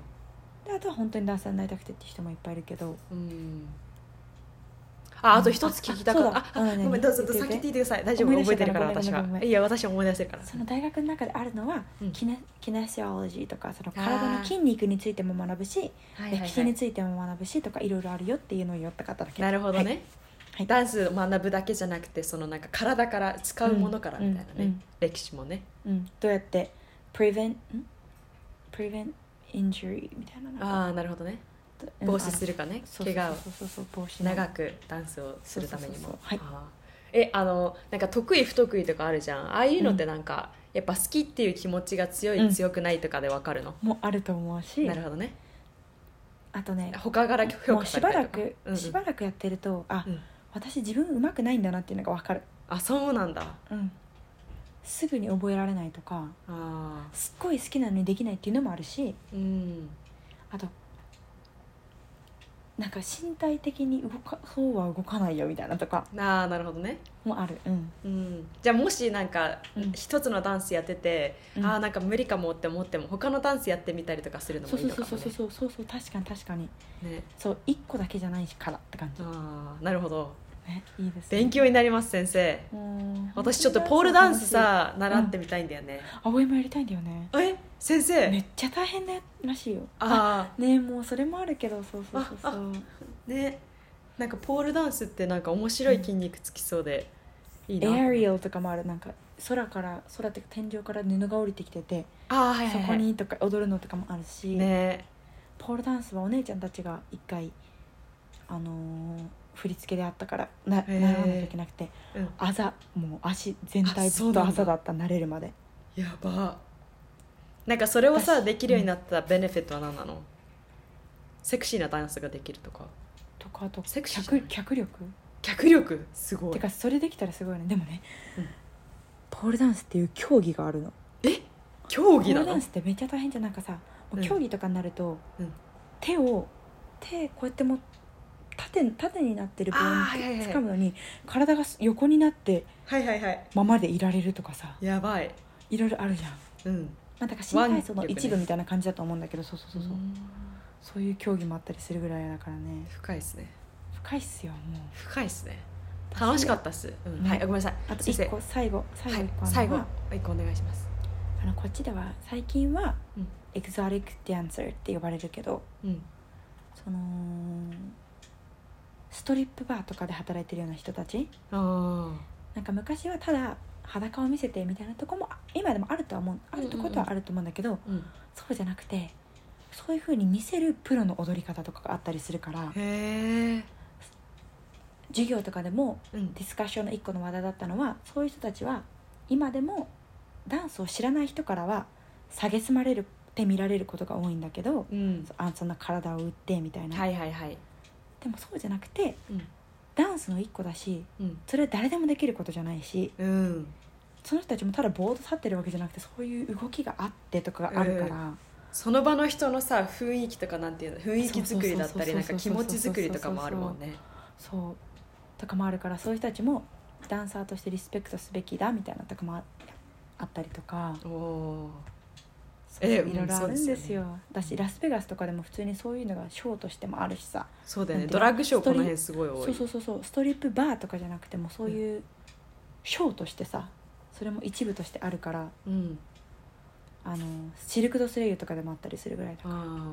Speaker 2: であとは本当にダンサーになりたくてって人もいっぱいいるけど
Speaker 1: うん。ああと一つ聞きたかった。
Speaker 2: あ
Speaker 1: あ
Speaker 2: そうだ
Speaker 1: あ
Speaker 2: うん
Speaker 1: ごめんどうぞどうぞ
Speaker 2: 言
Speaker 1: 先
Speaker 2: って言
Speaker 1: 聞
Speaker 2: っ
Speaker 1: いてください。大丈夫
Speaker 2: 思い出
Speaker 1: 覚
Speaker 2: し
Speaker 1: え
Speaker 2: た
Speaker 1: てるか
Speaker 2: か
Speaker 1: らら私
Speaker 2: ごめんごめんご
Speaker 1: が。
Speaker 2: めん
Speaker 1: いや私は思い出せるから。
Speaker 2: その大学の中であるのは、
Speaker 1: うん
Speaker 2: キネキネシオロジーとかその体の筋肉についても学ぶし
Speaker 1: はいはい
Speaker 2: 歴
Speaker 1: は
Speaker 2: 史に
Speaker 1: い。
Speaker 2: ついても学ぶしとかいろいろあるよっていうのを言った方だけ
Speaker 1: なるほどね。
Speaker 2: はい、はい
Speaker 1: ダンスを学ぶだけじゃなくてそのなんか体から使うものからみたいなね、
Speaker 2: うんうん
Speaker 1: 歴史もね
Speaker 2: うん、どうやって prevent ん prevent injury みたいななんか
Speaker 1: ああなるほどね
Speaker 2: うん
Speaker 1: 防止
Speaker 2: あ
Speaker 1: するかね
Speaker 2: そうそう
Speaker 1: 怪我を
Speaker 2: そうそうそう防止の
Speaker 1: 長くダンスをするために
Speaker 2: そうそう
Speaker 1: も
Speaker 2: そうそうはい
Speaker 1: あーえあのなんか得意不得意とかあるじゃんああいうのってなんか、やっぱ好きっていう気持ちが強い、
Speaker 2: うん
Speaker 1: 強くないとかでわかるの、
Speaker 2: もあると思うし
Speaker 1: なるほどね
Speaker 2: あとね
Speaker 1: 他から評
Speaker 2: も
Speaker 1: 価
Speaker 2: う
Speaker 1: さ
Speaker 2: し
Speaker 1: れ
Speaker 2: ば
Speaker 1: たりと
Speaker 2: ら
Speaker 1: か
Speaker 2: く、
Speaker 1: うんうん
Speaker 2: しばらくやってるとあ、
Speaker 1: うん
Speaker 2: 私自分うまくないんだなっていうのが分かる、
Speaker 1: あそうなんだ
Speaker 2: うん、すぐに覚えられないとか
Speaker 1: あ
Speaker 2: すっごい好きなのにできないっていうのもあるし
Speaker 1: ーうん
Speaker 2: あとなんか身体的に動かそうは動かないよみたいなとか
Speaker 1: あーなるほどね
Speaker 2: もある、うん
Speaker 1: うん、じゃあもしなんか
Speaker 2: うん
Speaker 1: 一つのダンスやってて、
Speaker 2: うん
Speaker 1: ああなんか無理かもって思っても他のダンスやってみたりとかするの
Speaker 2: そ
Speaker 1: も
Speaker 2: う
Speaker 1: いい
Speaker 2: そう
Speaker 1: のか
Speaker 2: そう
Speaker 1: も
Speaker 2: そうそうそうそう確かに確かに
Speaker 1: ねね
Speaker 2: そう一個だけじゃないからって感じ、
Speaker 1: ああなるほど
Speaker 2: ね、いいですね
Speaker 1: 勉強になります先生
Speaker 2: うん
Speaker 1: 私ちょっとポールダンスさ習ってみたいんだよね、
Speaker 2: 青山やりたいんだよね
Speaker 1: え先生、
Speaker 2: めっちゃ大変だらしいよ
Speaker 1: あ
Speaker 2: ねえもうそれもあるけどそうそうそうそう
Speaker 1: あねなんかポールダンスってなんか面白い筋肉つきそうで、いいな
Speaker 2: エアリアルとかもあるなんか空から空っていうか天井から布が降りてきてて、
Speaker 1: あーはいはい、はい、
Speaker 2: そこにとか踊るのとかもあるし、
Speaker 1: ね
Speaker 2: ポールダンスはお姉ちゃんたちが一回あのー振り付けであったからな
Speaker 1: へ
Speaker 2: 習
Speaker 1: え
Speaker 2: わなきゃいけなくて
Speaker 1: うん
Speaker 2: あざもう足全体
Speaker 1: あ
Speaker 2: ずっ
Speaker 1: そう
Speaker 2: と
Speaker 1: なんだ
Speaker 2: あざだった慣れるまで
Speaker 1: やばなんかそれをさ
Speaker 2: 私
Speaker 1: できるようになったベネフィットは何なのセクシーなダンスができるとか
Speaker 2: とかあと
Speaker 1: セクシーじゃ
Speaker 2: 脚
Speaker 1: ない
Speaker 2: 脚力
Speaker 1: 脚力すご
Speaker 2: て
Speaker 1: い
Speaker 2: かそれできたらすごいよねでもね、
Speaker 1: うん
Speaker 2: ポールダンスっていう競技があるの
Speaker 1: 競
Speaker 2: ポ
Speaker 1: 技
Speaker 2: ー
Speaker 1: な
Speaker 2: ルダ
Speaker 1: の
Speaker 2: ンスってめっちゃ大変じゃんなんかさもう
Speaker 1: うん
Speaker 2: 競技とかになると、
Speaker 1: うん
Speaker 2: 手を手こうやってもう縦縦になってる棒を
Speaker 1: あーはいはいはい
Speaker 2: 掴むのに体が横になって
Speaker 1: はいはいはい
Speaker 2: ままでいられるとかさ
Speaker 1: やばい
Speaker 2: いろいろあるじゃん、ま
Speaker 1: うん
Speaker 2: あ、だから新体操の
Speaker 1: 腕力ね
Speaker 2: 一部みたいな感じだと思うんだけどそうそうそうそう、
Speaker 1: ん
Speaker 2: そういう競技もあったりするぐらいだからね
Speaker 1: 深いですね
Speaker 2: 深いっすよもう
Speaker 1: 深いですね楽しかったっす、うん
Speaker 2: ね
Speaker 1: はいあごめんなさい
Speaker 2: あと
Speaker 1: 先生
Speaker 2: 一個最後最
Speaker 1: は
Speaker 2: 後一
Speaker 1: い
Speaker 2: 個あるのは、
Speaker 1: 最後一個お願いします
Speaker 2: あのこっちでは最近は、
Speaker 1: うん
Speaker 2: エクゾリックダンサーって呼ばれるけど
Speaker 1: うん
Speaker 2: そのストリップバーとかで働いてるような人たち
Speaker 1: あ
Speaker 2: なんか昔はただ裸を見せてみたいなとこもあ今でもあるとは思うあるとことはあると思うんだけど、
Speaker 1: あうん
Speaker 2: そうじゃなくてそういう風に見せるプロの踊り方とかがあったりするから
Speaker 1: へえ
Speaker 2: 授業とかでも
Speaker 1: うん
Speaker 2: ディスカッションの一個の話題だったのはそういう人たちは今でもダンスを知らない人からは蔑まれるって見られることが多いんだけど
Speaker 1: うん
Speaker 2: あそんな体を打ってみたいな、
Speaker 1: はいはいはい
Speaker 2: でもそうじゃなくて
Speaker 1: うん
Speaker 2: ダンスの一個だし
Speaker 1: うん
Speaker 2: それは誰でもできることじゃないし
Speaker 1: うん
Speaker 2: その人たちもただぼーっと立ってるわけじゃなくてそういう動きがあってとかがあるから、
Speaker 1: その場の人のさ雰囲気とかなんていうの雰囲気作りだったり
Speaker 2: そう
Speaker 1: なん
Speaker 2: そ
Speaker 1: か
Speaker 2: うそ
Speaker 1: 気
Speaker 2: うそう
Speaker 1: 持ち作りとかもあるもんね
Speaker 2: そうとかもあるからそういう人たちもダンサーとしてリスペクトすべきだみたいなとかもああったりとか
Speaker 1: おお
Speaker 2: そう
Speaker 1: え
Speaker 2: いろいろあるん
Speaker 1: うんそう
Speaker 2: で
Speaker 1: ですすよ
Speaker 2: よだしラスベガスとかでも普通にそういうのがショーとしてもあるしさ
Speaker 1: そうだよね
Speaker 2: なんて
Speaker 1: ド
Speaker 2: いうの
Speaker 1: ラッグショー
Speaker 2: スト
Speaker 1: こ
Speaker 2: リ
Speaker 1: の辺すごい多い
Speaker 2: そうそうそうそうストリップバーとかじゃなくてもそういうショーとしてさそれも一部としてあるから
Speaker 1: うん
Speaker 2: あのシルク・ド・スレイユとかでもあったりするぐらいだから
Speaker 1: あ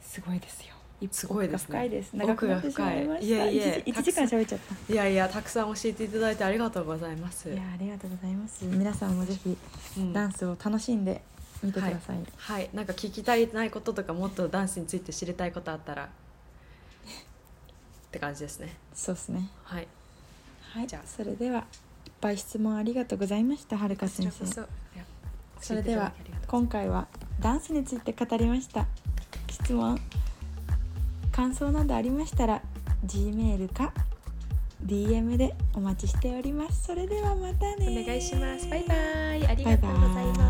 Speaker 2: すごいですよ
Speaker 1: すごいですね
Speaker 2: 奥が深いです長くなってしまいまし
Speaker 1: 奥
Speaker 2: た
Speaker 1: が深いいえいえ
Speaker 2: 1時間喋っちゃった
Speaker 1: あいやいやたくさん教えていただいてありがとうございます
Speaker 2: いやありがとうございます皆さんもぜひ
Speaker 1: うん
Speaker 2: ダンスを楽しんで見てください、
Speaker 1: はいなんか聞き足りないこととかもっとダンスについて知りたいことあったらって感じですね
Speaker 2: そうですね
Speaker 1: はい
Speaker 2: はい
Speaker 1: じゃあ
Speaker 2: それではぱい質問ありがとうございましたはるか先
Speaker 1: こち
Speaker 2: 生
Speaker 1: らこそいや
Speaker 2: それでは
Speaker 1: 教えていただきありがとうございます
Speaker 2: 今回はダンスについて語りました質問感想などありましたら G メールか DM でお待ちしておりますそれではまたね
Speaker 1: お願いします。バイバイ。ありがとうございます。
Speaker 2: バイバイ